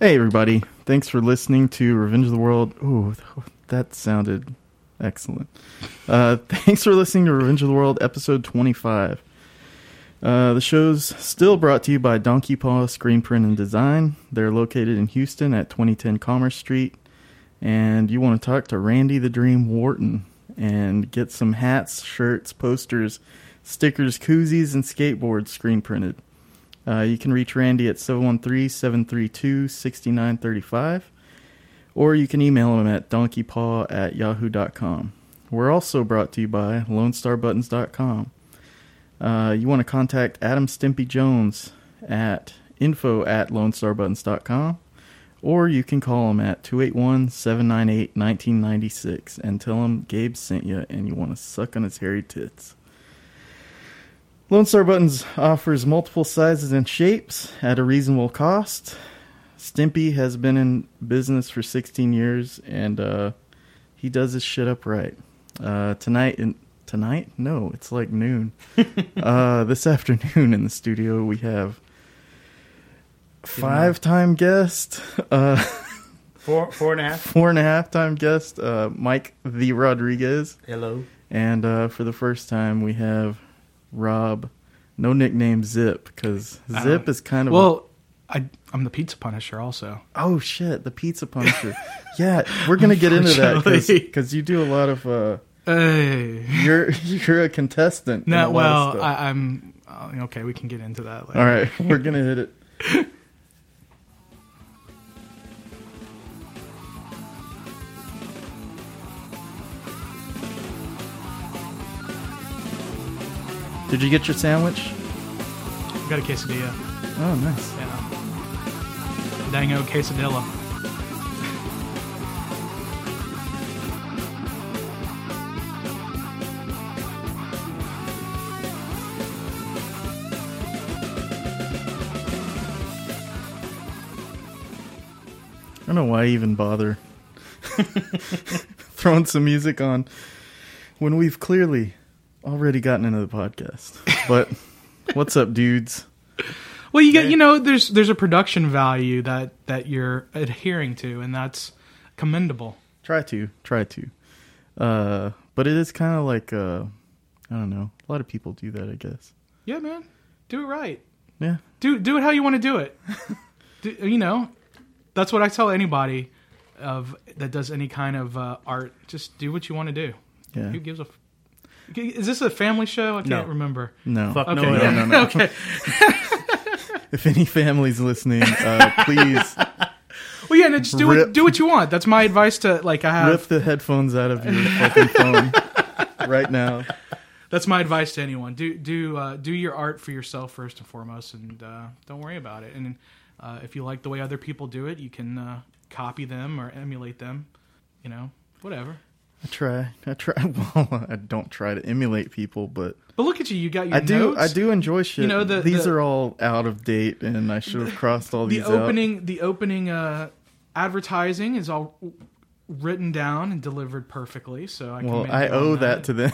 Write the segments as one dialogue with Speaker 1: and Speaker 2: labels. Speaker 1: Hey, everybody. Thanks for listening to Revenge of the World. Ooh, that sounded excellent. Uh, thanks for listening to Revenge of the World, episode 25. Uh, the show's still brought to you by Donkey Paw Screen Print and Design. They're located in Houston at 2010 Commerce Street. And you want to talk to Randy the Dream Wharton and get some hats, shirts, posters, stickers, koozies, and skateboards screen printed. Uh, you can reach Randy at 713 732 6935, or you can email him at donkeypaw at yahoo.com. We're also brought to you by LoneStarButtons.com. Uh, you want to contact Adam Stimpy Jones at info at LoneStarButtons.com, or you can call him at 281 798 1996 and tell him Gabe sent you and you want to suck on his hairy tits. Lone Star Buttons offers multiple sizes and shapes at a reasonable cost. Stimpy has been in business for 16 years and uh, he does his shit up right. Uh, tonight, in, tonight? No, it's like noon. uh, this afternoon in the studio, we have five time guest, uh,
Speaker 2: Four, four and a half.
Speaker 1: four and a half time guest, uh, Mike the Rodriguez.
Speaker 2: Hello.
Speaker 1: And uh, for the first time, we have Rob, no nickname Zip, because
Speaker 3: I
Speaker 1: Zip
Speaker 3: don't-
Speaker 1: is kind of
Speaker 3: Well, I I'm the pizza punisher also.
Speaker 1: oh shit, the pizza punisher. yeah, we're gonna get into that
Speaker 3: Unfortunately.
Speaker 1: because you do a lot of uh,
Speaker 3: Hey.
Speaker 1: you're you're a contestant. in a
Speaker 3: No,
Speaker 1: lot of
Speaker 3: well,
Speaker 1: stuff.
Speaker 3: I, I'm uh, okay. We can get into that later.
Speaker 1: all right, we're gonna hit it. Did you get your sandwich?
Speaker 3: We got a quesadilla.
Speaker 1: Oh, nice.
Speaker 3: Yeah. Dango quesadilla.
Speaker 1: I don't know why I even bother throwing some music on when we've clearly already gotten into the podcast. But what's up, dudes?
Speaker 3: Well, you get you know there's there's a production value that that you're adhering to, and that's commendable.
Speaker 1: Try to, try to. Uh, but it is kind of like uh, I don't know. A lot of people do that, I guess.
Speaker 3: Yeah, man. Do it right.
Speaker 1: Yeah,
Speaker 3: do do it how you want to do it. do, you know, that's what I tell anybody of that does any kind of uh, art. Just do what you want to do.
Speaker 1: yeah.
Speaker 3: Who gives a? F- is this a family show? I can't remember.
Speaker 1: No,
Speaker 2: Fuck
Speaker 3: Okay,
Speaker 2: no,
Speaker 3: yeah.
Speaker 1: no, no, no.
Speaker 3: okay.
Speaker 1: if any families listening, uh, please
Speaker 3: Well, yeah, no, just do
Speaker 1: Rip.
Speaker 3: what do what you want. That's my advice to like. I have
Speaker 1: rip the headphones out of your fucking phone right now.
Speaker 3: that's my advice to anyone. Do do uh, do your art for yourself first and foremost, and uh, don't worry about it. And uh, if you like the way other people do it, you can uh, copy them or emulate them. You know, whatever.
Speaker 1: I try, I try. Well, I don't try to emulate people, but
Speaker 3: But look at you. You got your
Speaker 1: I do.
Speaker 3: notes.
Speaker 1: I do enjoy shit.
Speaker 3: You know, the-
Speaker 1: these
Speaker 3: the-
Speaker 1: are all out of date, and I should have crossed all
Speaker 3: the
Speaker 1: these out.
Speaker 3: opening the opening uh advertising is all written down and delivered perfectly so i can
Speaker 1: Well,
Speaker 3: make
Speaker 1: I
Speaker 3: good
Speaker 1: owe
Speaker 3: on
Speaker 1: that to them.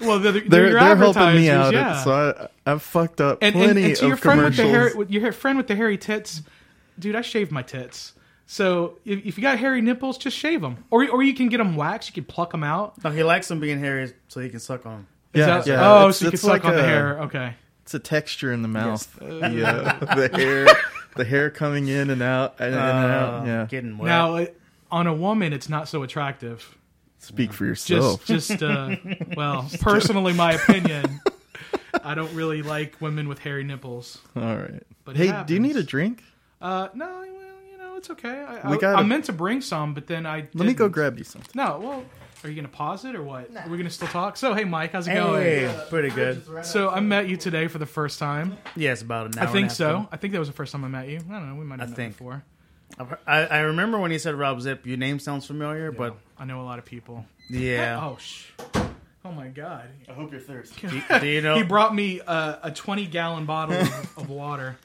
Speaker 3: well they're, they're,
Speaker 1: they're
Speaker 3: your
Speaker 1: they're helping
Speaker 3: advertisers,
Speaker 1: me out,
Speaker 3: yeah.
Speaker 1: so I, I've fucked up
Speaker 3: and, and,
Speaker 1: plenty
Speaker 3: and to
Speaker 1: of
Speaker 3: your friend
Speaker 1: commercials.
Speaker 3: with the hairy with your friend with the hairy tits dude i shaved my tits so if, if you got hairy nipples just shave them or, or you can get them waxed you can pluck them out
Speaker 2: No, he likes them being hairy so he can suck on them.
Speaker 3: Is
Speaker 1: yeah,
Speaker 3: that-
Speaker 1: yeah.
Speaker 3: oh
Speaker 1: it's-
Speaker 3: so you can
Speaker 1: it's
Speaker 3: suck
Speaker 1: like
Speaker 3: on
Speaker 1: a-
Speaker 3: the hair okay
Speaker 1: It's a texture in the mouth. The, uh, the hair, the hair coming in and out, and, in and out.
Speaker 2: Uh,
Speaker 1: Yeah,
Speaker 2: Getting wet.
Speaker 3: now uh, on a woman it's not so attractive
Speaker 1: speak for yourself.
Speaker 3: just just uh well personally my opinion i don't really like women with hairy nipples
Speaker 1: all right.
Speaker 3: But it
Speaker 1: hey, do you need a
Speaker 3: happens.
Speaker 1: drink?
Speaker 3: uh no well you know it's okay i,
Speaker 1: We
Speaker 3: I,
Speaker 1: gotta-
Speaker 3: I meant to bring some but then i
Speaker 1: Let me go
Speaker 3: didn't.
Speaker 1: grab you something.
Speaker 3: no well are you gonna pause it or what are we gonna still talk so hey mike how's it
Speaker 2: hey, pretty good.
Speaker 3: going so i met you today for the first time
Speaker 2: Yes, about an hour.
Speaker 3: i think
Speaker 2: and a half
Speaker 3: so
Speaker 2: ago.
Speaker 3: i think that was the first time i met you i don't know we might have
Speaker 2: I
Speaker 3: met
Speaker 2: think.
Speaker 3: before
Speaker 2: I've heard- I, I remember when he said Rob Zip. Your name sounds familiar, but
Speaker 3: i know a lot of people
Speaker 2: yeah.
Speaker 3: oh sh- oh my god
Speaker 1: I hope you're thirsty.
Speaker 2: Do, do you know?
Speaker 3: he brought me uh, a 20 gallon bottle of, of water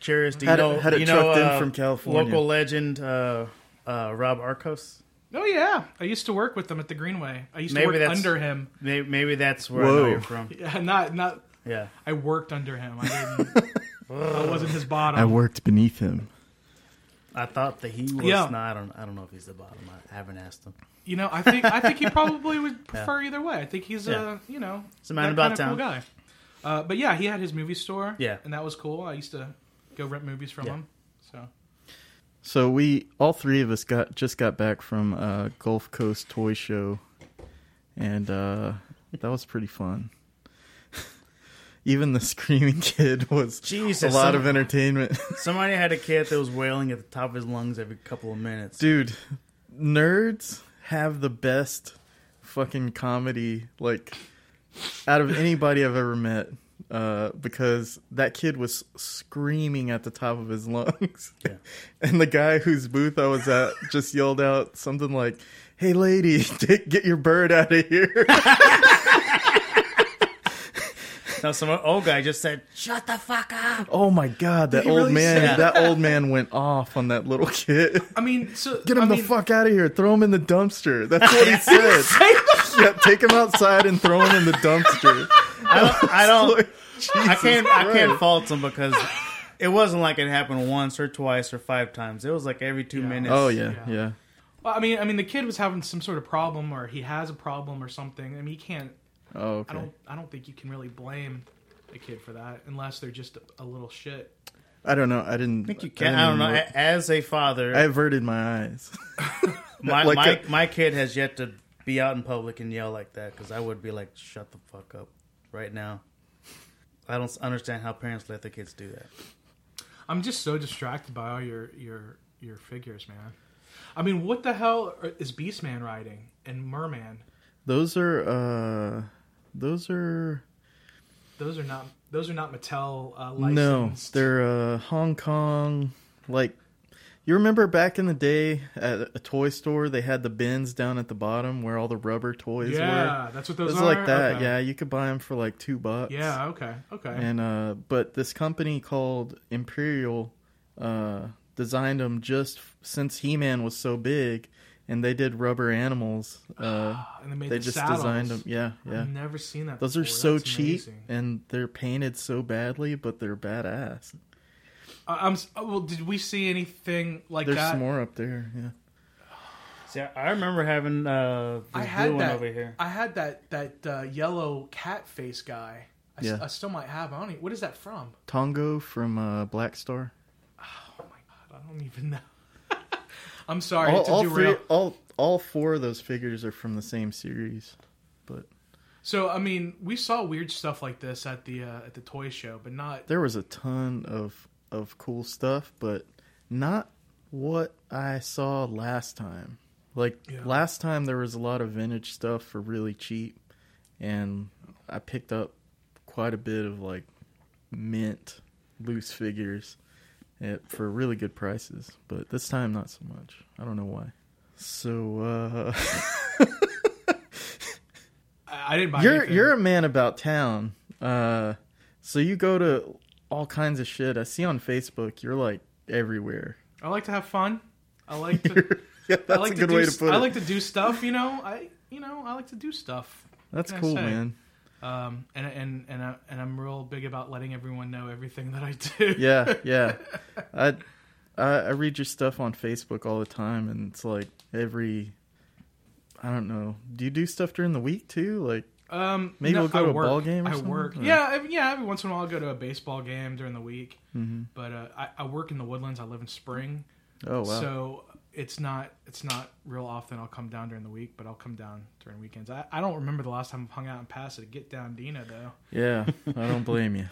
Speaker 2: curious. Do you
Speaker 1: Had it-
Speaker 2: know?
Speaker 1: had it
Speaker 2: you know,
Speaker 1: trucked in
Speaker 2: uh,
Speaker 1: from California.
Speaker 2: Local legend, uh, uh, Rob Arcos.
Speaker 3: Oh yeah, I used to work with them at the Greenway. I used
Speaker 2: Maybe
Speaker 3: to work
Speaker 2: that's-
Speaker 3: under him.
Speaker 2: Maybe, maybe that's where I
Speaker 1: Whoa.
Speaker 2: know you're from.
Speaker 3: Yeah, not not.
Speaker 2: Yeah.
Speaker 3: I worked under him. I didn't. I wasn't his bottom.
Speaker 1: I worked beneath him.
Speaker 2: I thought that he was.
Speaker 3: Yeah.
Speaker 2: Not, I don't. I don't know if he's the bottom. I haven't asked him.
Speaker 3: You know, I think I think he probably would prefer either way. I think he's
Speaker 2: Yeah.
Speaker 3: a you know
Speaker 2: He's a man
Speaker 3: that
Speaker 2: about
Speaker 3: kind of cool guy. Uh, but yeah, he had his movie store.
Speaker 2: Yeah.
Speaker 3: and that was cool. I used to go rent movies from
Speaker 2: Yeah.
Speaker 3: him. So
Speaker 1: So we all three of us got just got back from uh, Gulf Coast Toy Show, and uh, that was pretty fun. Even the screaming kid was
Speaker 2: Jesus,
Speaker 1: a lot
Speaker 2: some-
Speaker 1: of entertainment,
Speaker 2: Somebody had a kid that was wailing at the top of his lungs every couple of minutes.
Speaker 1: dude. Nerds have the best fucking comedy, like out of anybody I've ever met, uh, because that kid was screaming at the top of his lungs.
Speaker 2: Yeah.
Speaker 1: And the guy whose booth I was at just yelled out something like, "Hey, lady, take, get your bird out of here!"
Speaker 2: Now some old guy just said, "Shut the fuck up."
Speaker 1: oh my god, that
Speaker 3: he
Speaker 1: old
Speaker 3: really
Speaker 1: man!
Speaker 2: say that?
Speaker 1: That old man went off on that little kid.
Speaker 3: I mean, so
Speaker 1: Get him
Speaker 3: I
Speaker 1: the
Speaker 3: mean,
Speaker 1: fuck out of here! Throw him in the dumpster. That's what he said. yeah, take him outside and throw him in the dumpster.
Speaker 2: I don't. I,
Speaker 3: Oh.
Speaker 2: don't, I can't. I
Speaker 1: Christ.
Speaker 2: can't fault him because it wasn't like it happened once or twice or five times. It was like every two
Speaker 3: Yeah.
Speaker 2: minutes.
Speaker 1: Oh yeah,
Speaker 3: Yeah.
Speaker 1: yeah.
Speaker 3: Well, I mean, I mean, the kid was having some sort of problem, or he has a problem, or something. I mean, he can't.
Speaker 1: Oh
Speaker 3: I
Speaker 1: okay.
Speaker 3: don't. I don't think you can really blame a kid for that, unless they're just a, a little shit.
Speaker 1: I don't know. I didn't.
Speaker 2: I think you can.
Speaker 1: didn't
Speaker 2: I don't know.
Speaker 1: look.
Speaker 2: A- As a father,
Speaker 1: I averted my eyes.
Speaker 2: my
Speaker 1: like
Speaker 2: my,
Speaker 1: a-
Speaker 2: my kid has yet to be out in public and yell like that because I would be like, "Shut the fuck up!" Right now, I don't s- understand how parents let their kids do that.
Speaker 3: I'm just so distracted by all your your your figures, man. I mean, what the hell is Beastman riding and Merman?
Speaker 1: Those are. uh Those are.
Speaker 3: Those are not those are not Mattel uh,
Speaker 1: No,
Speaker 3: licensed.
Speaker 1: they're uh, Hong Kong. Like, you remember back in the day at a toy store, they had the bins down at the bottom where all the rubber toys were.
Speaker 3: yeah, that's what
Speaker 1: It
Speaker 3: those
Speaker 1: was
Speaker 3: are.
Speaker 1: like that.
Speaker 3: Okay.
Speaker 1: Yeah, you could buy them for like two bucks.
Speaker 3: Yeah. Okay. Okay.
Speaker 1: And uh, but this company called Imperial uh, designed them just f- since He Man was so big, and they did rubber animals. Uh,
Speaker 3: Ah, And they made
Speaker 1: they
Speaker 3: the
Speaker 1: just
Speaker 3: saddles.
Speaker 1: designed them. Yeah, yeah.
Speaker 3: I've never seen that.
Speaker 1: Those are
Speaker 3: before.
Speaker 1: so
Speaker 3: That's
Speaker 1: cheap
Speaker 3: amazing.
Speaker 1: and they're painted so badly, but they're badass.
Speaker 3: I, I'm. s- oh, Well, did we see anything like
Speaker 1: There's
Speaker 3: that?
Speaker 1: some more up there. Yeah.
Speaker 2: See, I, I remember having uh, this
Speaker 3: I had
Speaker 2: blue
Speaker 3: that.
Speaker 2: one over here.
Speaker 3: I had that that uh, yellow cat face guy. I, s-
Speaker 1: Yeah.
Speaker 3: I still might have. I don't. Even, what is that from?
Speaker 1: Tongo from uh, Black Star.
Speaker 3: Oh my god! I don't even know. I'm sorry.
Speaker 1: All,
Speaker 3: it's a
Speaker 1: all
Speaker 3: derail.
Speaker 1: three, all all four of those figures are from the same series. But
Speaker 3: So I mean, we saw weird stuff like this at the uh, at the toy show, but not
Speaker 1: there was a ton of of cool stuff, but not what I saw last time. Like
Speaker 3: Yeah.
Speaker 1: last time, there was a lot of vintage stuff for really cheap, and I picked up quite a bit of like mint loose figures at, for really good prices. But this time, not so much. I don't know why. So uh,
Speaker 3: I, I didn't buy.
Speaker 1: you're
Speaker 3: anything.
Speaker 1: you're a man about town. Uh, so you go to all kinds of shit. I see on Facebook. You're like everywhere.
Speaker 3: I like to have fun. I like to.
Speaker 1: You're- yeah, that's
Speaker 3: I like
Speaker 1: a good
Speaker 3: to do,
Speaker 1: way to
Speaker 3: st-
Speaker 1: put
Speaker 3: I
Speaker 1: it.
Speaker 3: like to do stuff. You know. I you know I like to do stuff.
Speaker 1: that's
Speaker 3: can I
Speaker 1: cool,
Speaker 3: say?
Speaker 1: man.
Speaker 3: Um, and and and I, and I'm real big about letting everyone know everything that I do.
Speaker 1: Yeah, yeah. I, I I read your stuff on Facebook all the time, and it's like every. I don't know. Do you do stuff during the week too? Like
Speaker 3: Um,
Speaker 1: Maybe
Speaker 3: no,
Speaker 1: we'll go
Speaker 3: I
Speaker 1: to a
Speaker 3: work.
Speaker 1: ball game or
Speaker 3: I
Speaker 1: something,
Speaker 3: work.
Speaker 1: or-
Speaker 3: Yeah, every, yeah. Every once in a while, I'll go to a baseball game during the week.
Speaker 1: Mm-hmm.
Speaker 3: But uh, I, I work in the woodlands. I live in Spring,
Speaker 1: oh wow,
Speaker 3: so it's not it's not real often. I'll come down during the week, but I'll come down during weekends. I, I don't remember the last time I've hung out in Pasadena. to get down Dina though.
Speaker 1: yeah. I don't blame you.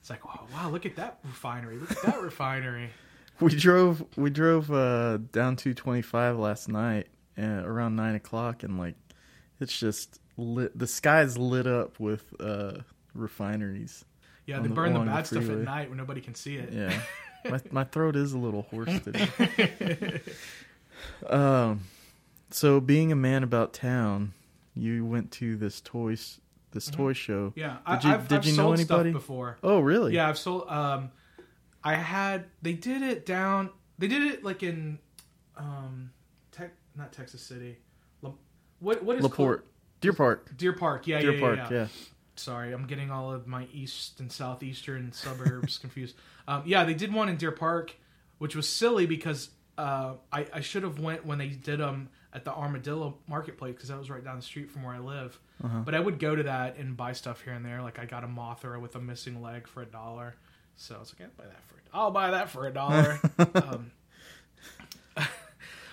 Speaker 3: It's like wow, wow, look at that refinery. Look at that refinery.
Speaker 1: we drove we drove uh down 225 last night uh, around nine o'clock and like it's just lit the sky's lit up with uh refineries
Speaker 3: Yeah,
Speaker 1: On
Speaker 3: they
Speaker 1: the-
Speaker 3: burn the
Speaker 1: along the
Speaker 3: bad stuff at
Speaker 1: freeway.
Speaker 3: night when nobody can see it.
Speaker 1: yeah my, my throat is a little hoarse today um so being a man about town you went to this toy s- this
Speaker 3: Mm-hmm.
Speaker 1: toy show
Speaker 3: Yeah,
Speaker 1: Did
Speaker 3: I,
Speaker 1: you-
Speaker 3: I've,
Speaker 1: did
Speaker 3: I've
Speaker 1: you know
Speaker 3: sold
Speaker 1: anybody?
Speaker 3: stuff before.
Speaker 1: oh really
Speaker 3: Yeah, I've sold. Um, I had they did it down. They did it like in, um, tech not Texas City. La, what what is
Speaker 1: laporte deer park
Speaker 3: Deer Park. Yeah,
Speaker 1: deer
Speaker 3: yeah,
Speaker 1: park
Speaker 3: yeah,
Speaker 1: yeah
Speaker 3: Sorry, I'm getting all of my east and southeastern suburbs confused. Um, yeah, they did one in Deer Park, which was silly because uh, I, I should have went when they did them at the Armadillo Marketplace because that was right down the street from where I live. But I would go to that and buy stuff here and there. Like I got a Mothra with a missing leg for a dollar, so I was like, I'll buy that for a, I'll buy that for a dollar. um,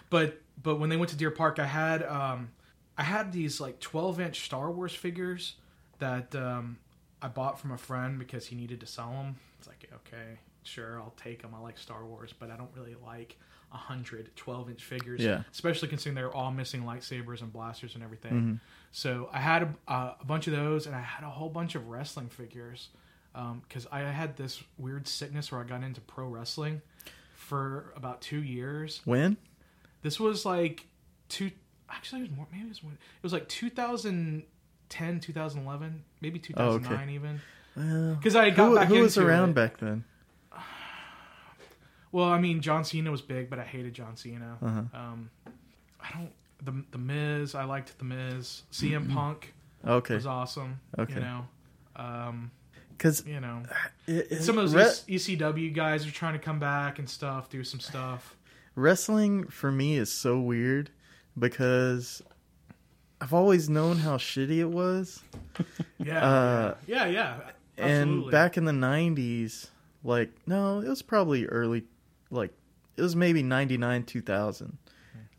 Speaker 3: but but when they went to Deer Park, I had um, I had these like 12 inch Star Wars figures that um, I bought from a friend because he needed to sell them. It's like okay, sure, I'll take them. I like Star Wars, but I don't really like 100 12 inch figures,
Speaker 1: Yeah.
Speaker 3: especially considering they're all missing lightsabers and blasters and everything. So I had a, uh, a bunch of those, and I had a whole bunch of wrestling figures because I had this weird sickness where I got into pro wrestling for about two years.
Speaker 1: When?
Speaker 3: This was like two. Actually, it was more. Maybe it was more, it was like 2010, 2011, maybe 2009 even.
Speaker 1: Well,
Speaker 3: Because I got
Speaker 1: Oh, who,
Speaker 3: back
Speaker 1: who was
Speaker 3: into
Speaker 1: around
Speaker 3: it.
Speaker 1: back then?
Speaker 3: Well, I mean, John Cena was big, but I hated John Cena.
Speaker 1: Uh-huh.
Speaker 3: Um, I don't. The the Miz, I liked the Miz. CM Punk
Speaker 1: Mm-hmm. Okay,
Speaker 3: was awesome.
Speaker 1: Okay.
Speaker 3: You know. Um,
Speaker 1: because
Speaker 3: you know, some
Speaker 1: some
Speaker 3: of
Speaker 1: of
Speaker 3: those E ECW guys are trying to come back and stuff, do some stuff.
Speaker 1: wrestling for me is so weird because I've always known how shitty it was.
Speaker 3: Yeah,
Speaker 1: Uh,
Speaker 3: yeah, yeah.
Speaker 1: and back in the 90s like no it was probably early like it was maybe 99 2000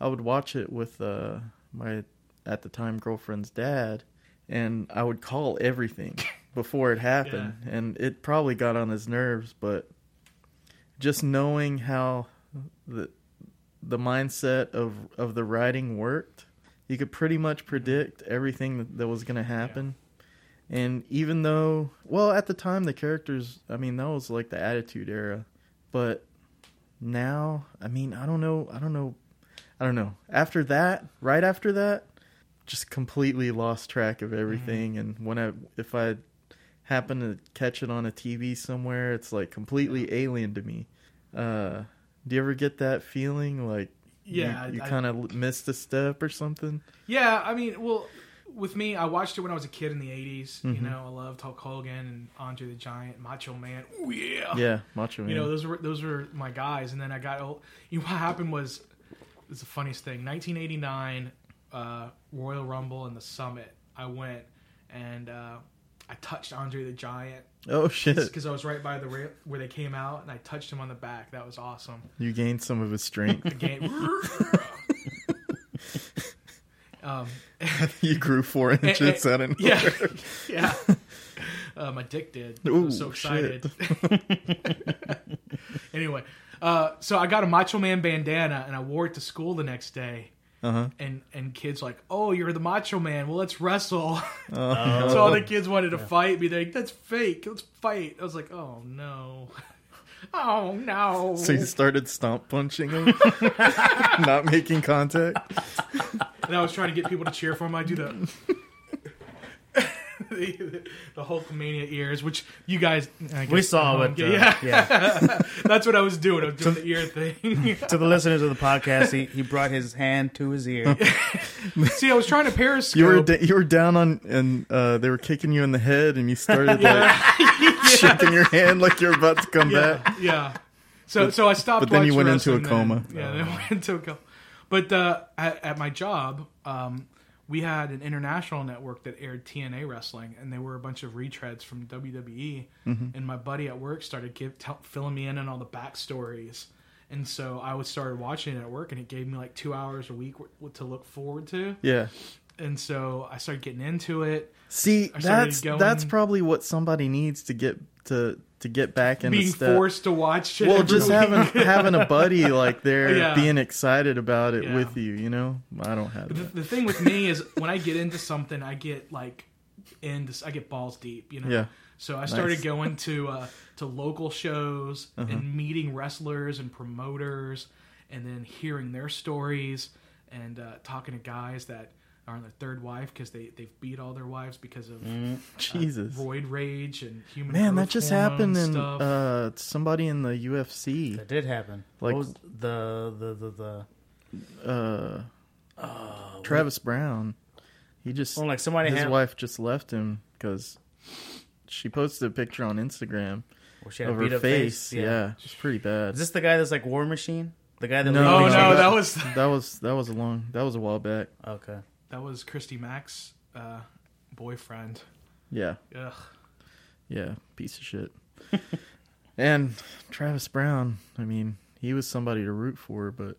Speaker 1: i would watch it with uh my at the time girlfriend's dad and i would call everything before it happened and it probably got on his nerves but just knowing how the the mindset of of the writing worked you could pretty much predict everything that, that was going to happen and even though, well, at the time, the characters, I mean, that was like the Attitude Era. But now, I mean, I don't know. I don't know. I don't know. After that, right after that, just completely lost track of everything.
Speaker 3: Mm-hmm.
Speaker 1: And when I, if I happen to catch it on a TV somewhere, it's like completely alien to me. Uh, do you ever get that feeling like you-
Speaker 3: Yeah,
Speaker 1: you,
Speaker 3: I- I-
Speaker 1: kind of missed a step or something?
Speaker 3: Yeah, I mean, well, with me, I watched it when I was a kid in the 80s.
Speaker 1: Mhm.
Speaker 3: You know, I loved Hulk Hogan and Andre the Giant, Macho Man. Ooh, yeah.
Speaker 1: Yeah, Macho Man.
Speaker 3: Oh, You know, those were those were my guys. And then I got old. You know, what happened was, it was the funniest thing. 1989, uh, Royal Rumble and the Summit. I went and uh, I touched Andre the Giant
Speaker 1: oh shit!
Speaker 3: because I was right by the ra- where they came out, and I touched him on the back. That was awesome.
Speaker 1: You gained some of his strength.
Speaker 3: The game. um,
Speaker 1: you grew four inches out of
Speaker 3: Eh, yeah,
Speaker 1: nowhere.
Speaker 3: yeah. Uh, my dick did. I
Speaker 1: Ooh,
Speaker 3: was so
Speaker 1: shit.
Speaker 3: excited. anyway, uh, so I got a Macho Man bandana and I wore it to school the next day.
Speaker 1: Uh-huh.
Speaker 3: And and kids like, oh, you're the Macho Man. Well, let's wrestle.
Speaker 1: Uh,
Speaker 3: so all the kids wanted to fight me. They're like, that's fake. Let's fight. I was like, oh no, oh no.
Speaker 1: so you started stomp punching him, not making contact.
Speaker 3: and I was trying to get people to cheer for him. I do the the, the Hulkamania ears, which you guys I
Speaker 2: We
Speaker 3: guess,
Speaker 2: saw
Speaker 3: um,
Speaker 2: what. Uh,
Speaker 3: yeah,
Speaker 2: yeah. yeah.
Speaker 3: that's what I was doing. I was doing the ear thing.
Speaker 2: To the listeners of the podcast, he, he brought his hand to his ear.
Speaker 3: See, I was trying to periscope.
Speaker 1: You were da- you were down on, and uh, they were kicking you in the head, and you started
Speaker 3: yeah,
Speaker 1: like shaking your hand like you're about to come back.
Speaker 3: yeah, yeah. So so I stopped.
Speaker 1: but then you
Speaker 3: watching
Speaker 1: went into a
Speaker 3: wrestling then.
Speaker 1: coma.
Speaker 3: Yeah, then I went into a coma. But uh, at, at my job, um, we had an international network that aired TNA wrestling, and they were a bunch of retreads from WWE.
Speaker 1: Mm-hmm.
Speaker 3: And my buddy at work started give, tell, filling me in on all the backstories. And so I would started watching it at work, and it gave me like two hours a week w- to look forward to.
Speaker 1: Yeah.
Speaker 3: And so I started getting into it.
Speaker 1: See,
Speaker 3: I started
Speaker 1: that's
Speaker 3: going-
Speaker 1: that's probably what somebody needs to get to to get back into
Speaker 3: being
Speaker 1: step.
Speaker 3: forced to watch it.
Speaker 1: well,
Speaker 3: every
Speaker 1: just
Speaker 3: week.
Speaker 1: having having a buddy like there
Speaker 3: Yeah.
Speaker 1: being excited about it
Speaker 3: Yeah.
Speaker 1: with you, you know. I don't have
Speaker 3: the,
Speaker 1: that.
Speaker 3: the thing with me is when I get into something, I get like into I get balls deep, you know.
Speaker 1: Yeah.
Speaker 3: So I started
Speaker 1: Nice. Uh-huh.
Speaker 3: going to uh, to local shows and meeting wrestlers and promoters, and then hearing their stories and uh, talking to guys that are on their third wife because they they've beat all their wives because of
Speaker 1: Jesus.
Speaker 3: roid rage and human.
Speaker 1: Man,
Speaker 3: growth
Speaker 1: that just
Speaker 3: hormone
Speaker 1: happened in
Speaker 3: stuff.
Speaker 1: uh, somebody in the UFC.
Speaker 2: That did happen.
Speaker 1: Like-
Speaker 2: what was the the the the?
Speaker 1: Uh,
Speaker 3: Oh,
Speaker 1: Travis Brown. He just
Speaker 2: Well, oh, like somebody
Speaker 1: his
Speaker 2: had
Speaker 1: wife just left him because She posted a picture on Instagram
Speaker 2: Where oh, she had
Speaker 1: of
Speaker 2: a beat
Speaker 1: her
Speaker 2: up
Speaker 1: face.
Speaker 2: face.
Speaker 1: Yeah. it's pretty bad.
Speaker 2: Is this the guy that's like War Machine? The guy that
Speaker 1: No,
Speaker 3: Oh
Speaker 1: no,
Speaker 3: no,
Speaker 2: leaked-
Speaker 1: no.
Speaker 3: that was
Speaker 1: that was that was a long that was a while back.
Speaker 2: Okay.
Speaker 3: that was Christy Mack's uh, boyfriend.
Speaker 1: Yeah,
Speaker 3: Ugh.
Speaker 1: yeah, piece of shit. and Travis Brown. I mean, he was somebody to root for, but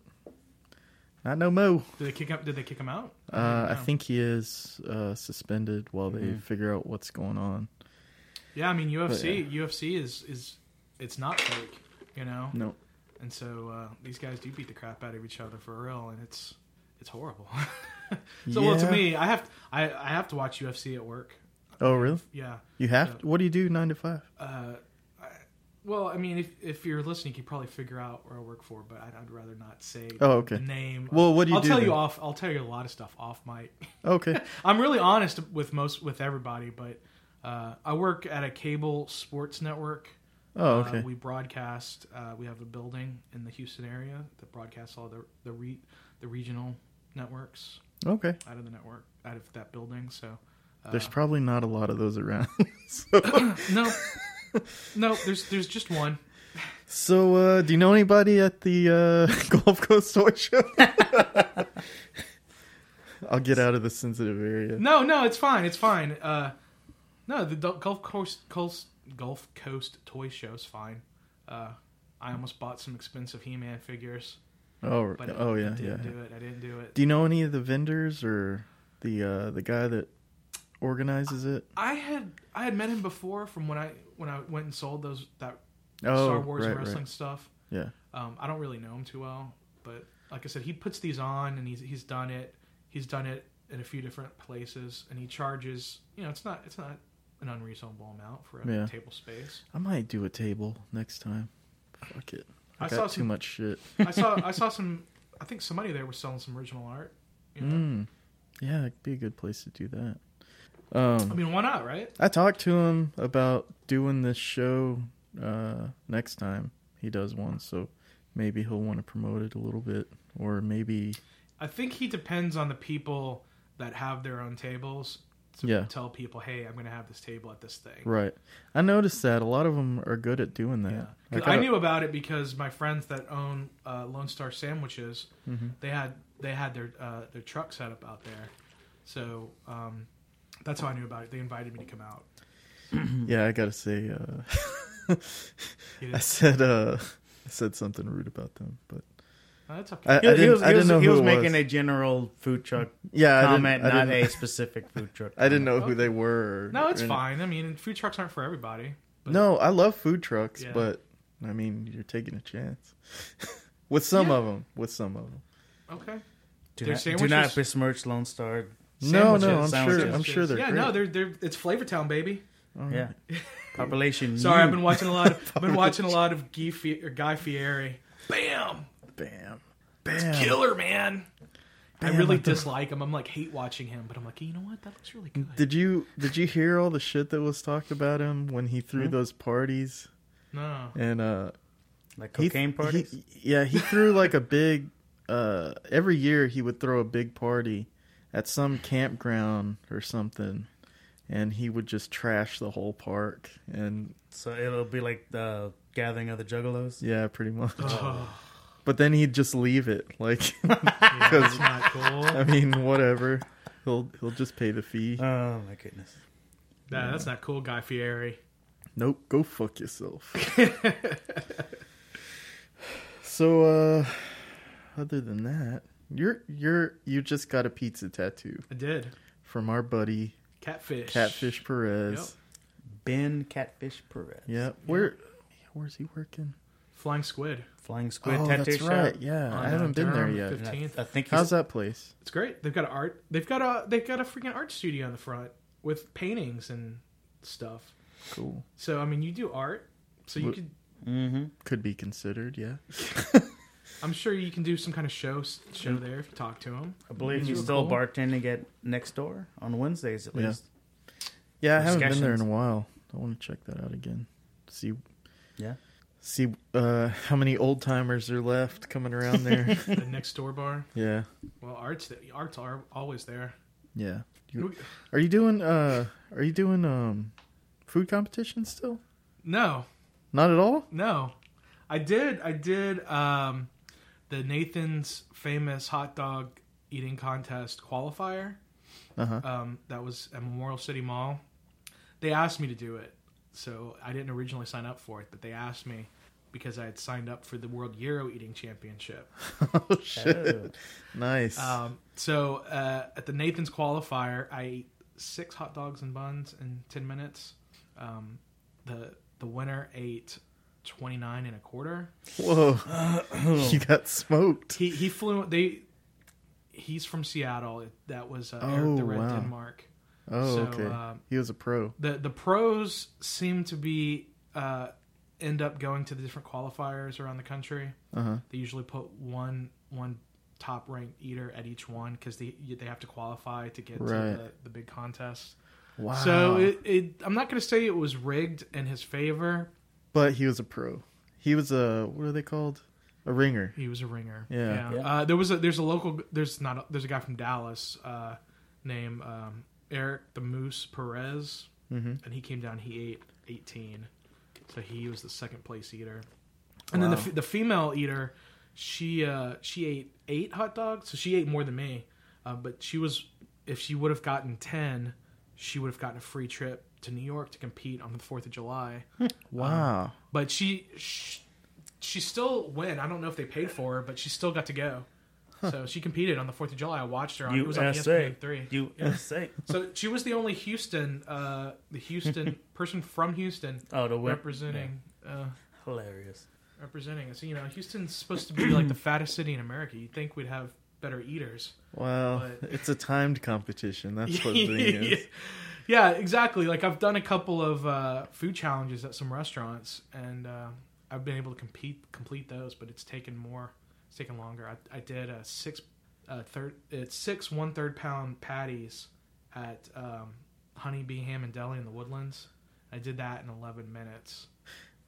Speaker 1: not no mo.
Speaker 3: Did they kick up? Did they kick him out?
Speaker 1: Uh, I
Speaker 3: No.
Speaker 1: think he is uh, suspended while they
Speaker 2: Mhm.
Speaker 1: figure out what's going on.
Speaker 3: Yeah, I mean UFC. UFC is is it's not fake, you know.
Speaker 1: No,
Speaker 3: And so uh, these guys do beat the crap out of each other for real, and it's it's horrible. so well,
Speaker 1: Yeah.
Speaker 3: to me, I have I, I have to watch UFC at work.
Speaker 1: Oh, really?
Speaker 3: Yeah.
Speaker 1: You have? To, what do you do nine to five?
Speaker 3: Uh, I, well, I mean, if if you're listening, you could probably figure out where I work for, but I'd, I'd rather not say.
Speaker 1: Oh, okay.
Speaker 3: The name.
Speaker 1: Well, what do you
Speaker 3: I'll
Speaker 1: do
Speaker 3: tell you
Speaker 1: then?
Speaker 3: off. I'll tell you a lot of stuff off mic.
Speaker 1: Okay.
Speaker 3: I'm really honest with most with everybody, but uh, I work at a cable sports network.
Speaker 1: Oh,
Speaker 3: Uh,
Speaker 1: okay.
Speaker 3: we broadcast. Uh, we have a building in the Houston area that broadcasts all the the re, the regional networks
Speaker 1: okay.
Speaker 3: out of the network out of that building. So uh,
Speaker 1: There's probably not a lot of those around. so,
Speaker 3: no, no. There's there's just one.
Speaker 1: so uh, do you know anybody at the uh, Gulf Coast Toy Show? I'll get out of the sensitive area.
Speaker 3: No, no. It's fine. It's fine. Uh, no, the Dul- Gulf Coast, Coast Gulf Coast Toy Show's fine. Uh, I almost bought some expensive He-Man figures,
Speaker 1: Oh,
Speaker 3: but
Speaker 1: oh
Speaker 3: I
Speaker 1: yeah, yeah.
Speaker 3: didn't
Speaker 1: yeah.
Speaker 3: do it. I didn't do it.
Speaker 1: Do you know any of the vendors or the uh, the guy that organizes it?
Speaker 3: I had I had met him before from when I when I went and sold those that
Speaker 1: Oh,
Speaker 3: Star Wars
Speaker 1: right,
Speaker 3: wrestling
Speaker 1: right.
Speaker 3: stuff.
Speaker 1: Yeah.
Speaker 3: Um, I don't really know him too well, but like I said, he puts these on and he's he's done it. He's done it in a few different places, and he charges. You know, it's not it's not an unreasonable amount for a
Speaker 1: Yeah.
Speaker 3: table space.
Speaker 1: I might do a table next time. Fuck it. I,
Speaker 3: I
Speaker 1: got
Speaker 3: saw
Speaker 1: too
Speaker 3: some-
Speaker 1: much shit.
Speaker 3: I saw I saw some. I think somebody there was selling some original art. You know?
Speaker 1: Mm. Yeah, it'd be a good place to do that. Um,
Speaker 3: I mean, why not, right?
Speaker 1: I talked to him about doing this show uh, next time he does one, so maybe he'll want to promote it a little bit, or maybe
Speaker 3: I think he depends on the people that have their own tables to
Speaker 1: Yeah.
Speaker 3: tell people, hey, I'm going to have this table at this thing.
Speaker 1: right. I noticed that a lot of them are good at doing that.
Speaker 3: Yeah,
Speaker 1: I
Speaker 3: 'Cause I,
Speaker 1: gotta-
Speaker 3: knew about it because my friends that own uh, Lone Star Sandwiches,
Speaker 1: Mhm.
Speaker 3: they had they had their uh, their truck set up out there, so um, that's how I knew about it. They invited me to come out.
Speaker 1: Yeah, I gotta say, uh, I
Speaker 3: You didn't-
Speaker 1: said uh, I said something rude about them, but
Speaker 3: no, "Oh, that's okay.
Speaker 1: I, I
Speaker 2: He was,
Speaker 1: didn't.
Speaker 2: he was,
Speaker 1: I didn't know
Speaker 2: he
Speaker 1: who
Speaker 2: was
Speaker 1: it
Speaker 2: making
Speaker 1: was.
Speaker 2: a general food truck
Speaker 1: yeah, I didn't-
Speaker 2: comment,
Speaker 1: I didn't,
Speaker 2: not a specific food truck.
Speaker 1: I didn't know who
Speaker 3: Okay.
Speaker 1: they were. or-
Speaker 3: no, it's
Speaker 1: or-
Speaker 3: fine. I mean, food trucks aren't for everybody. but-
Speaker 1: No, I love food trucks,
Speaker 3: Yeah.
Speaker 1: but I mean, you're taking a chance with some
Speaker 3: Yeah.
Speaker 1: of 'em, of them. With some of them.
Speaker 3: Okay.
Speaker 2: Do
Speaker 3: Their
Speaker 2: not, do
Speaker 3: sandwiches-
Speaker 2: not besmirch Lone Star.
Speaker 1: No,
Speaker 2: Sandwiches,
Speaker 1: no, I'm sure.
Speaker 2: sandwiches.
Speaker 1: I'm sure they're
Speaker 3: yeah,
Speaker 1: great.
Speaker 3: no, they're they're it's Flavortown, baby.
Speaker 1: All right.
Speaker 2: Yeah, population.
Speaker 1: Mm.
Speaker 3: Sorry, I've
Speaker 2: you.
Speaker 3: been watching a lot. Of, I've been watching a lot of Guy, Fi- or Guy Fieri. Bam,
Speaker 1: Bam. Bam.
Speaker 3: killer man.
Speaker 1: Bam,
Speaker 3: I really
Speaker 1: like the-
Speaker 3: dislike him. I'm like hate watching him, but I'm like, you know what? That looks really good.
Speaker 1: Did you did you hear all the shit that was talked about him when he threw
Speaker 2: Hmm?
Speaker 1: those parties
Speaker 3: no.
Speaker 1: and uh
Speaker 2: like
Speaker 1: he-
Speaker 2: cocaine
Speaker 1: he,
Speaker 2: parties.
Speaker 1: yeah, he threw like a big uh every year he would throw a big party at some campground or something and he would just trash the whole park and
Speaker 2: so it'll be like the gathering of the juggalos.
Speaker 1: yeah, pretty much.
Speaker 3: Oh,
Speaker 1: But then he'd just leave it like
Speaker 3: yeah, that's
Speaker 1: 'Cause-
Speaker 3: not cool.
Speaker 1: I mean, whatever. He'll he'll just pay the fee.
Speaker 2: Oh my goodness.
Speaker 3: Nah, that's not cool, Guy Fieri.
Speaker 1: Nope, go fuck yourself. so uh other than that, you're you're you just got a pizza tattoo
Speaker 3: I did.
Speaker 1: from our buddy
Speaker 3: Catfish.
Speaker 1: Catfish Perez.
Speaker 2: Ben Catfish Perez.
Speaker 1: Yeah. Where where's he working?
Speaker 3: Flying Squid.
Speaker 2: Flying Squid
Speaker 1: oh,
Speaker 2: Tattoo
Speaker 1: that's
Speaker 2: Shop.
Speaker 1: right. Yeah.
Speaker 3: on,
Speaker 1: I haven't
Speaker 3: uh,
Speaker 1: been there
Speaker 3: Durham
Speaker 1: yet.
Speaker 2: And I-
Speaker 3: 15th.
Speaker 2: I, think
Speaker 1: How's
Speaker 2: he's,
Speaker 1: that place?
Speaker 3: It's great. They've got an art. They've got a. They've got a freaking art studio on the front with paintings and stuff.
Speaker 1: Cool.
Speaker 3: So I mean, you do art. So you
Speaker 1: Wh-
Speaker 3: could.
Speaker 2: Mm-hmm.
Speaker 1: Could be considered, yeah.
Speaker 3: I'm sure you can do some kind of show show
Speaker 1: Mm.
Speaker 3: there. If you talk to him.
Speaker 2: I believe he's
Speaker 3: Super
Speaker 2: still
Speaker 3: cool.
Speaker 2: bartending at Next Door on Wednesdays at
Speaker 1: Yeah.
Speaker 2: least.
Speaker 1: Yeah, I haven't been there in
Speaker 2: Discussions.
Speaker 1: a while. I want to check that out again. See
Speaker 2: Yeah.
Speaker 1: see uh how many old timers are left coming around there.
Speaker 3: the next door bar.
Speaker 1: yeah.
Speaker 3: Well, arts. the- Arts are always there.
Speaker 1: Yeah. You-
Speaker 3: We-
Speaker 1: Are you doing uh are you doing um food competition still?
Speaker 3: No,
Speaker 1: Not at all.
Speaker 3: no, I did. I did um, the Nathan's famous hot dog eating contest qualifier.
Speaker 1: Uh huh.
Speaker 3: Um, that was at Memorial City Mall. They asked me to do it, so I didn't originally sign up for it, but they asked me because I had signed up for the World Euro Eating Championship.
Speaker 1: oh shit! Nice.
Speaker 3: Um, so uh, at the Nathan's qualifier, I ate six hot dogs and buns in ten minutes. Um, the the winner ate twenty nine and a quarter.
Speaker 1: Whoa!
Speaker 3: oh.
Speaker 1: you got smoked.
Speaker 3: He he flew. They he's from Seattle. That was uh,
Speaker 1: Oh,
Speaker 3: Eric the Red
Speaker 1: wow.
Speaker 3: Denmark.
Speaker 1: Oh,
Speaker 3: So,
Speaker 1: okay.
Speaker 3: um,
Speaker 1: he was a pro.
Speaker 3: The the pros seem to be uh, end up going to the different qualifiers around the country.
Speaker 1: Uh huh.
Speaker 3: They usually put one one top ranked eater at each one because they they have to qualify to get
Speaker 1: Right.
Speaker 3: to the, the big contest.
Speaker 1: Wow.
Speaker 3: So it, it I'm not going to say it was rigged in his favor.
Speaker 1: but he was a pro. He was a what are they called? A ringer.
Speaker 3: He was a ringer.
Speaker 1: Yeah.
Speaker 2: Yeah.
Speaker 3: Uh, there was a there's a local there's not a, there's a guy from Dallas uh, named um, Eric the Moose Perez,
Speaker 1: Mm-hmm.
Speaker 3: and he came down. He ate 18, so he was the second place eater. And then the,
Speaker 1: Wow.
Speaker 3: f- the female eater, she uh, she ate eight hot dogs, so she ate more than me. Uh, but she was if she would have gotten 10, she would have gotten a free trip to New York to compete on the Fourth of July. Mm-hmm.
Speaker 1: Wow.
Speaker 3: but she, she she still went. I don't know if they paid for her, but she still got to go. So she competed on the Fourth of July. I watched her. On, it was on E
Speaker 2: USA.
Speaker 3: ESPN three.
Speaker 2: USA.
Speaker 3: So she was the only Houston, uh, the Houston person from Houston
Speaker 2: Oh, the whip.
Speaker 3: representing uh,
Speaker 2: Hilarious.
Speaker 3: representing. us. So you know, Houston's supposed to be like the fattest city in America. You'd think we'd have better eaters.
Speaker 1: Well,
Speaker 3: But-
Speaker 1: it's a timed competition. That's what the thing is.
Speaker 3: yeah, exactly. Like I've done a couple of uh, food challenges at some restaurants, and uh, I've been able to compete complete those, but it's taken more, it's taken longer. I, I did a six, uh, third, it's six one third pound patties at um, Honey Bee Ham and Deli in the Woodlands. I did that in eleven minutes.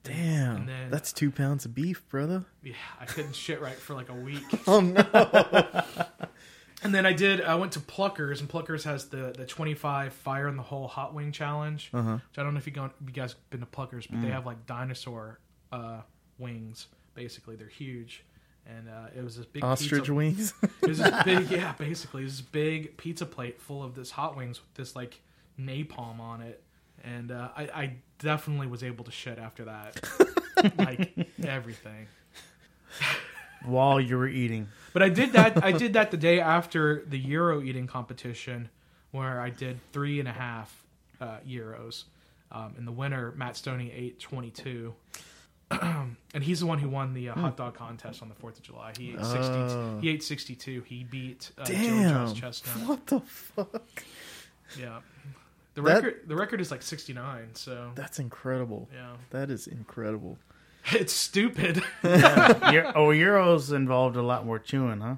Speaker 1: Damn.
Speaker 3: And then-
Speaker 1: That's two pounds of beef, brother.
Speaker 3: Yeah, I couldn't shit right for like a week.
Speaker 1: Oh no.
Speaker 3: And then I did. I went to Pluckers, and Pluckers has the the twenty five fire in the hole hot wing challenge.
Speaker 1: Uh-huh. Mm.
Speaker 3: Which I don't know if you, go, you guys been to Pluckers, but they have like dinosaur uh, wings. Basically, they're huge, and uh, it was this big
Speaker 1: Ostrich
Speaker 3: pizza,
Speaker 1: wings.
Speaker 3: It was this big, yeah, basically it was this big pizza plate full of this hot wings with this like napalm on it, and uh, I, I definitely was able to shit after that, like everything.
Speaker 2: While you were eating.
Speaker 3: But I did that. I did that the day after the Euro eating competition, where I did three and a half uh, euros. Um, in the winner, Matt Stoney ate twenty two, and he's the one who won the uh, hot dog contest on the Fourth of July. He ate sixty.
Speaker 1: Oh.
Speaker 3: He ate sixty two. He beat uh, Joe
Speaker 1: Damn.
Speaker 3: Josh Chestnut.
Speaker 1: What the fuck?
Speaker 3: Yeah, the
Speaker 1: That-
Speaker 3: record. The record is like sixty nine. So
Speaker 1: That's incredible.
Speaker 3: yeah,
Speaker 1: That is incredible.
Speaker 3: it's stupid.
Speaker 2: Your, oh, Euros involved a lot more chewing, huh?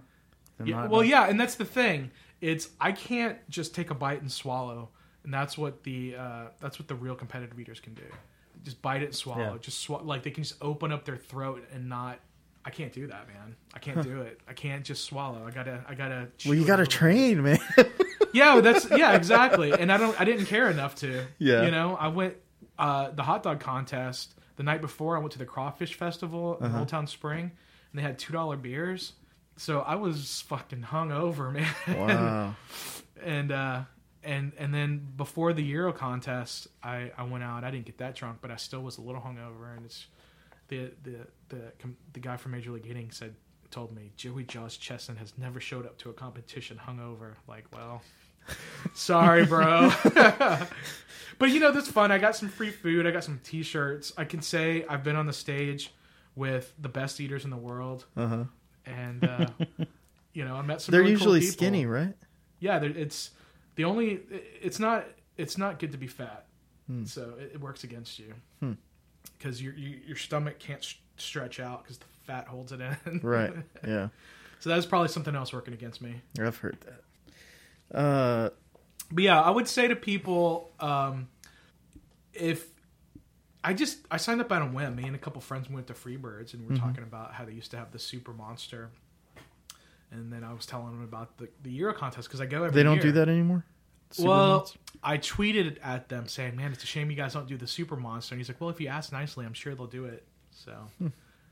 Speaker 2: Than
Speaker 3: Yeah,
Speaker 2: hot
Speaker 3: well,
Speaker 2: dogs.
Speaker 3: yeah, and that's the thing. It's I can't just take a bite and swallow, and that's what the uh, that's what the real competitive eaters can do. Just bite it and swallow.
Speaker 2: Yeah.
Speaker 3: Just swa- like they can just open up their throat and not. I can't do that, man. I can't do it. I can't just swallow. I gotta. I gotta. chew
Speaker 1: Well, you
Speaker 3: it
Speaker 1: got
Speaker 3: a
Speaker 1: to
Speaker 3: little bit.
Speaker 1: train, man.
Speaker 3: Yeah, that's yeah, exactly. And I don't. I didn't care enough to.
Speaker 1: Yeah.
Speaker 3: You know, I went uh, the hot dog contest the night before. I went to the crawfish festival in Old Town Spring, and they had two dollar beers. So I was fucking hungover, man
Speaker 1: wow.
Speaker 3: and uh and and then before the Euro contest, I I went out. I didn't get that drunk, but I still was a little hungover. And it's the the the com- the guy from Major League Hitting said told me Joey Josh Chestnut has never showed up to a competition hungover. Like, well, sorry, bro. but you know that's fun. I got some free food. I got some T-shirts. I can say I've been on the stage with the best eaters in the world,
Speaker 1: Uh huh.
Speaker 3: and uh, you know I met some.
Speaker 1: They're
Speaker 3: really cool
Speaker 1: usually
Speaker 3: people
Speaker 1: skinny, right?
Speaker 3: yeah there, it's the only it's not it's not good to be fat
Speaker 1: Hmm.
Speaker 3: so it, it works against you because your, your your stomach can't s stretch out because the fat holds it in
Speaker 1: Right. Yeah.
Speaker 3: so that was probably something else working against me
Speaker 1: I've heard that. Uh,
Speaker 3: but yeah i would say to people um if i just i signed up on a whim me and a couple friends went to freebirds and we
Speaker 1: Mm-hmm.
Speaker 3: are talking about how they used to have the super monster and then i was telling them about the, the euro contest because i go every
Speaker 1: they don't
Speaker 3: year.
Speaker 1: do that anymore. Super
Speaker 3: well,
Speaker 1: Monster?
Speaker 3: I tweeted at them saying, "Man, it's a shame you guys don't do the super monster." And he's like, "Well, if you ask nicely, I'm sure they'll do it." So,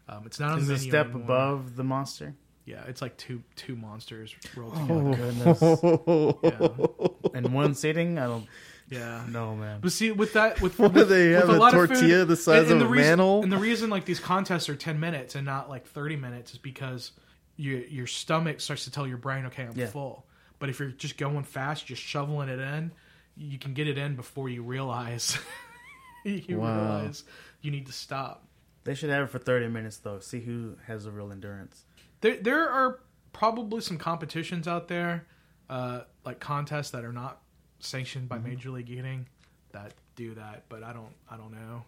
Speaker 3: um, it's not on
Speaker 2: Is Hmm.
Speaker 3: the
Speaker 2: a
Speaker 3: menu
Speaker 2: step
Speaker 3: anymore.
Speaker 2: above the monster,
Speaker 3: Yeah, it's like two two monsters rolled
Speaker 2: Oh.
Speaker 3: together.
Speaker 2: and one sitting. I don't
Speaker 3: Yeah.
Speaker 2: know, man.
Speaker 3: But see, with that, with
Speaker 1: What do
Speaker 3: with-
Speaker 1: they
Speaker 3: with
Speaker 1: have,
Speaker 3: a
Speaker 1: a
Speaker 3: lot of food-
Speaker 1: tortilla the size of
Speaker 3: the
Speaker 1: a
Speaker 3: reason,
Speaker 1: manhole?
Speaker 3: And the reason like these contests are ten minutes and not like thirty minutes is because your your stomach starts to tell your brain, okay, I'm
Speaker 2: Yeah.
Speaker 3: full. But if you're just going fast, just shoveling it in, you can get it in before you realize you
Speaker 1: Wow.
Speaker 3: realize you need to stop.
Speaker 2: They should have it for thirty minutes though. See who has the real endurance.
Speaker 3: There there are probably some competitions out there, uh, like contests that are not sanctioned by Major League Eating that do that, but I don't I don't know.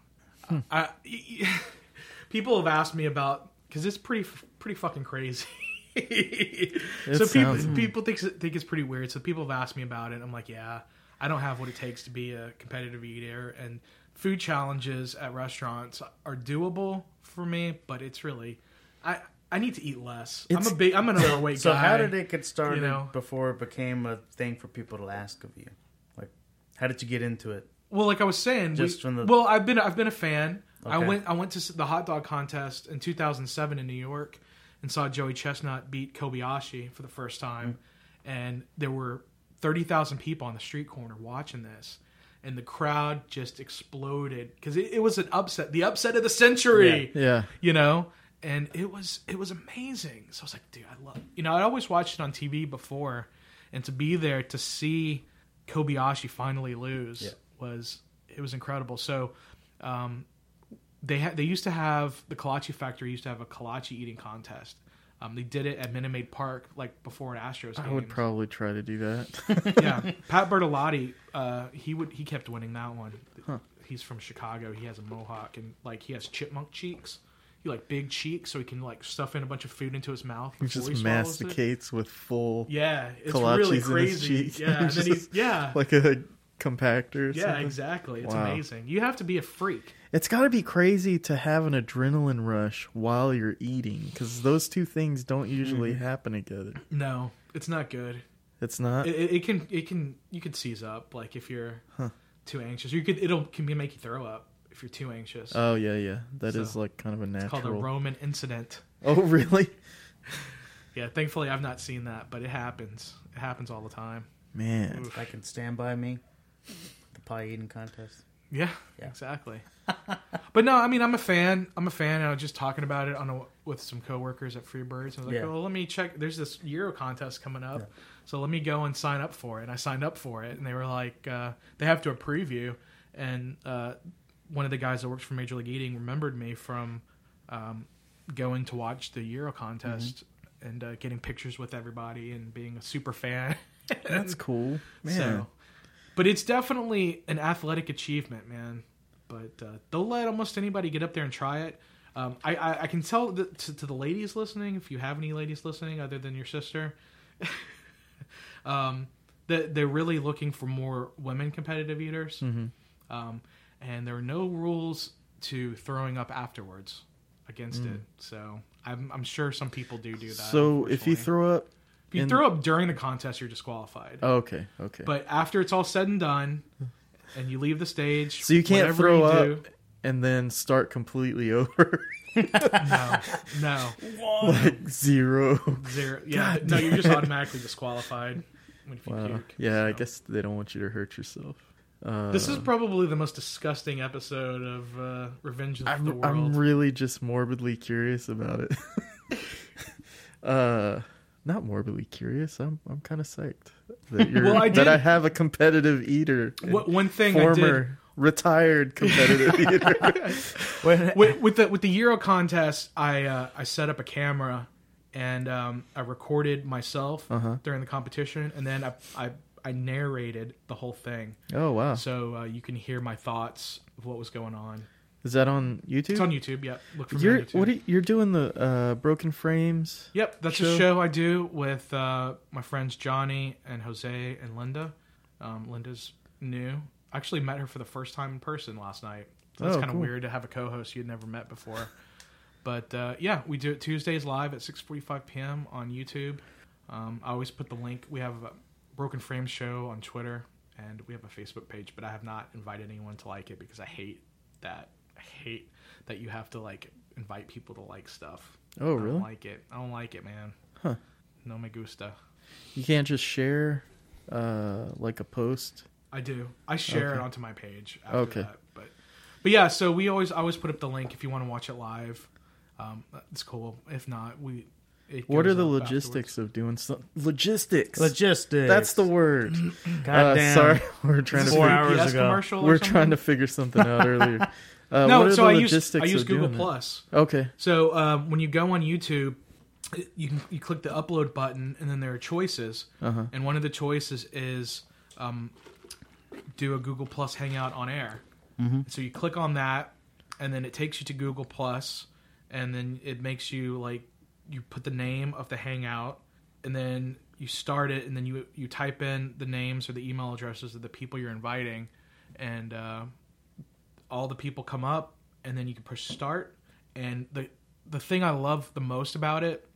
Speaker 3: I, I- people have asked me about because it's pretty pretty fucking crazy. so
Speaker 1: sounds-
Speaker 3: people people think think it's pretty weird. So people have asked me about it. I'm like, yeah, I don't have what it takes to be a competitive eater, and food challenges at restaurants are doable for me, but it's really I I need to eat less.
Speaker 1: It's-
Speaker 3: I'm a big I'm an overweight
Speaker 2: So
Speaker 3: guy.
Speaker 2: how did it get started
Speaker 3: know.
Speaker 2: before it became a thing for people to ask of you? Like, how did you get into it?
Speaker 3: Well, like I was saying,
Speaker 2: Just
Speaker 3: we-
Speaker 2: from the-
Speaker 3: well, I've been I've been a fan. I
Speaker 2: Okay.
Speaker 3: went I went to s- the hot dog contest in 2007 in New York and saw Joey Chestnut beat Kobayashi for the first time,
Speaker 2: Mm.
Speaker 3: and there were 30,000 people on the street corner watching this, and the crowd just exploded because it, it was an upset, the upset of the century
Speaker 1: yeah.
Speaker 3: you know and it was it was amazing so i was like dude i love you know i always watched it on tv before and to be there to see kobayashi finally lose
Speaker 2: Yeah.
Speaker 3: was it was incredible so um, they had they used to have the kolache factory used to have a kolache eating contest um, they did it at Minute Maid Park, like before an Astros game.
Speaker 1: I would probably try to do that.
Speaker 3: yeah, Pat Bertolotti, uh, he would he kept winning that one. He's from Chicago. He has a mohawk and like he has chipmunk cheeks. He like big cheeks, so he can like stuff in a bunch of food into his mouth.
Speaker 1: He
Speaker 3: before
Speaker 1: just
Speaker 3: he swallows it.
Speaker 1: masticates with full,
Speaker 3: Yeah, it's
Speaker 1: Kolaches in
Speaker 3: really
Speaker 1: his
Speaker 3: crazy.
Speaker 1: cheek.
Speaker 3: Yeah, and then he's, yeah,
Speaker 1: like a compactor. Or
Speaker 3: yeah,
Speaker 1: something.
Speaker 3: exactly. It's
Speaker 1: Wow.
Speaker 3: amazing. You have to be a freak.
Speaker 1: It's got to be crazy to have an adrenaline rush while you're eating because those two things don't usually
Speaker 3: Mm-hmm.
Speaker 1: happen together.
Speaker 3: No, it's not good.
Speaker 1: It's not.
Speaker 3: It, it, it can it can you can seize up like if you're too anxious. You could it'll can make you throw up if you're too anxious.
Speaker 1: oh yeah, yeah. That is
Speaker 3: So,
Speaker 1: like kind of a
Speaker 3: it's
Speaker 1: natural.
Speaker 3: called a Roman incident.
Speaker 1: oh really?
Speaker 3: Yeah, thankfully I've not seen that, but it happens. It happens all the time. Mm.
Speaker 1: Man,
Speaker 2: I can stand by me. The pie eating contest.
Speaker 3: Yeah,
Speaker 2: Yeah.
Speaker 3: exactly. but no, I mean I'm a fan. I'm a fan. And I was just talking about it on a, with some coworkers at Freebirds. I was like,
Speaker 2: Yeah.
Speaker 3: oh, let me check. There's this Euro contest coming up, so let me go and sign up for it. And I signed up for it, and they were like, uh, they have to approve you. And uh, one of the guys that works for Major League Eating remembered me from um, going to watch the Euro contest
Speaker 2: Mm-hmm.
Speaker 3: and uh, getting pictures with everybody and being a super fan.
Speaker 1: that's cool. Man,
Speaker 3: So, but it's definitely an athletic achievement, man. But uh, they'll let almost anybody get up there and try it. Um, I, I, I can tell that to, to the ladies listening, if you have any ladies listening other than your sister, um, that they're really looking for more women competitive eaters.
Speaker 1: Hmm.
Speaker 3: Um, and there are no rules to throwing up afterwards against it. So I'm, I'm sure some people do do that.
Speaker 1: Hmm. so if you
Speaker 3: unfortunately.
Speaker 1: throw up,
Speaker 3: if you
Speaker 1: in-
Speaker 3: throw up during the contest, you're disqualified.
Speaker 1: oh, okay, okay.
Speaker 3: But after it's all said and done, and you leave the stage,
Speaker 1: so you can't
Speaker 3: whatever
Speaker 1: throw
Speaker 3: you
Speaker 1: up
Speaker 3: do-
Speaker 1: and then start completely over,
Speaker 3: no, no, Oh.
Speaker 1: like zero.
Speaker 3: zero. Yeah, no, you're just automatically disqualified. When if you
Speaker 1: Wow.
Speaker 3: puke,
Speaker 1: Yeah, I
Speaker 3: so.
Speaker 1: guess they don't want you to hurt yourself. Uh,
Speaker 3: This is probably the most disgusting episode of uh, Revenge of the
Speaker 1: I'm,
Speaker 3: World.
Speaker 1: I'm really just morbidly curious about it. uh, not morbidly curious. I'm I'm kind of psyched that you're
Speaker 3: Well, I
Speaker 1: that I
Speaker 3: did-
Speaker 1: have a competitive eater, and
Speaker 3: Wh- one thing I did
Speaker 1: former retired competitive eater.
Speaker 3: with, with the with the Euro contest, I uh, I set up a camera and um, I recorded myself
Speaker 1: Uh-huh.
Speaker 3: during the competition, and then I, I I narrated the whole thing,
Speaker 1: Oh wow,
Speaker 3: so uh, you can hear my thoughts of what was going on.
Speaker 1: is that on YouTube?
Speaker 3: It's on YouTube. Yep. Look for me
Speaker 1: You're
Speaker 3: on YouTube.
Speaker 1: what are you, you're doing the uh, broken frames.
Speaker 3: Yep, that's
Speaker 1: show?
Speaker 3: a show I do with uh, my friends Johnny and Jose and Linda. Um, Linda's new. I actually met her for the first time in person last night. So that's
Speaker 1: Oh,
Speaker 3: kind of
Speaker 1: cool.
Speaker 3: weird to have a co-host you'd never met before. but uh, yeah, we do it Tuesdays live at 6:45 p.m. on YouTube. Um, I always put the link. We have a Broken Frame show on Twitter and we have a Facebook page, but I have not invited anyone to like it because I hate that. I hate that you have to like invite people to like stuff.
Speaker 1: Oh,
Speaker 3: I
Speaker 1: really?
Speaker 3: don't like it. I don't like it, man.
Speaker 1: Huh.
Speaker 3: No me gusta.
Speaker 1: You can't just share uh, like a post.
Speaker 3: I do. I share it
Speaker 1: Okay.
Speaker 3: onto my page. After
Speaker 1: Okay.
Speaker 3: That, but but yeah, so we always I always put up the link if you want to watch it live. Um, it's cool. If not, we. It
Speaker 1: What
Speaker 3: goes
Speaker 1: are the
Speaker 3: up afterwards.
Speaker 1: logistics of doing something? Logistics.
Speaker 2: Logistics.
Speaker 1: That's the word. Uh,
Speaker 2: goddamn.
Speaker 1: sorry, we're trying
Speaker 2: This
Speaker 1: to
Speaker 2: is four
Speaker 1: figure,
Speaker 2: hours
Speaker 3: PS
Speaker 2: ago.
Speaker 3: commercial or
Speaker 1: we're
Speaker 3: something?
Speaker 1: trying to figure something out earlier. Uh,
Speaker 3: no,
Speaker 1: what are
Speaker 3: so
Speaker 1: the
Speaker 3: I use
Speaker 1: logistics
Speaker 3: I use
Speaker 1: of
Speaker 3: Google
Speaker 1: doing that?
Speaker 3: Plus.
Speaker 1: Okay.
Speaker 3: So um, when you go on YouTube, you can, you click the upload button, and then there are choices,
Speaker 1: Uh-huh.
Speaker 3: and one of the choices is um, do a Google Plus Hangout on air. Mm-hmm. So you click on that, and then it takes you to Google Plus, and then it makes you like you put the name of the Hangout, and then you start it, and then you you type in the names or the email addresses of the people you're inviting, and uh, all the people come up and then you can push start and the the thing i love the most about it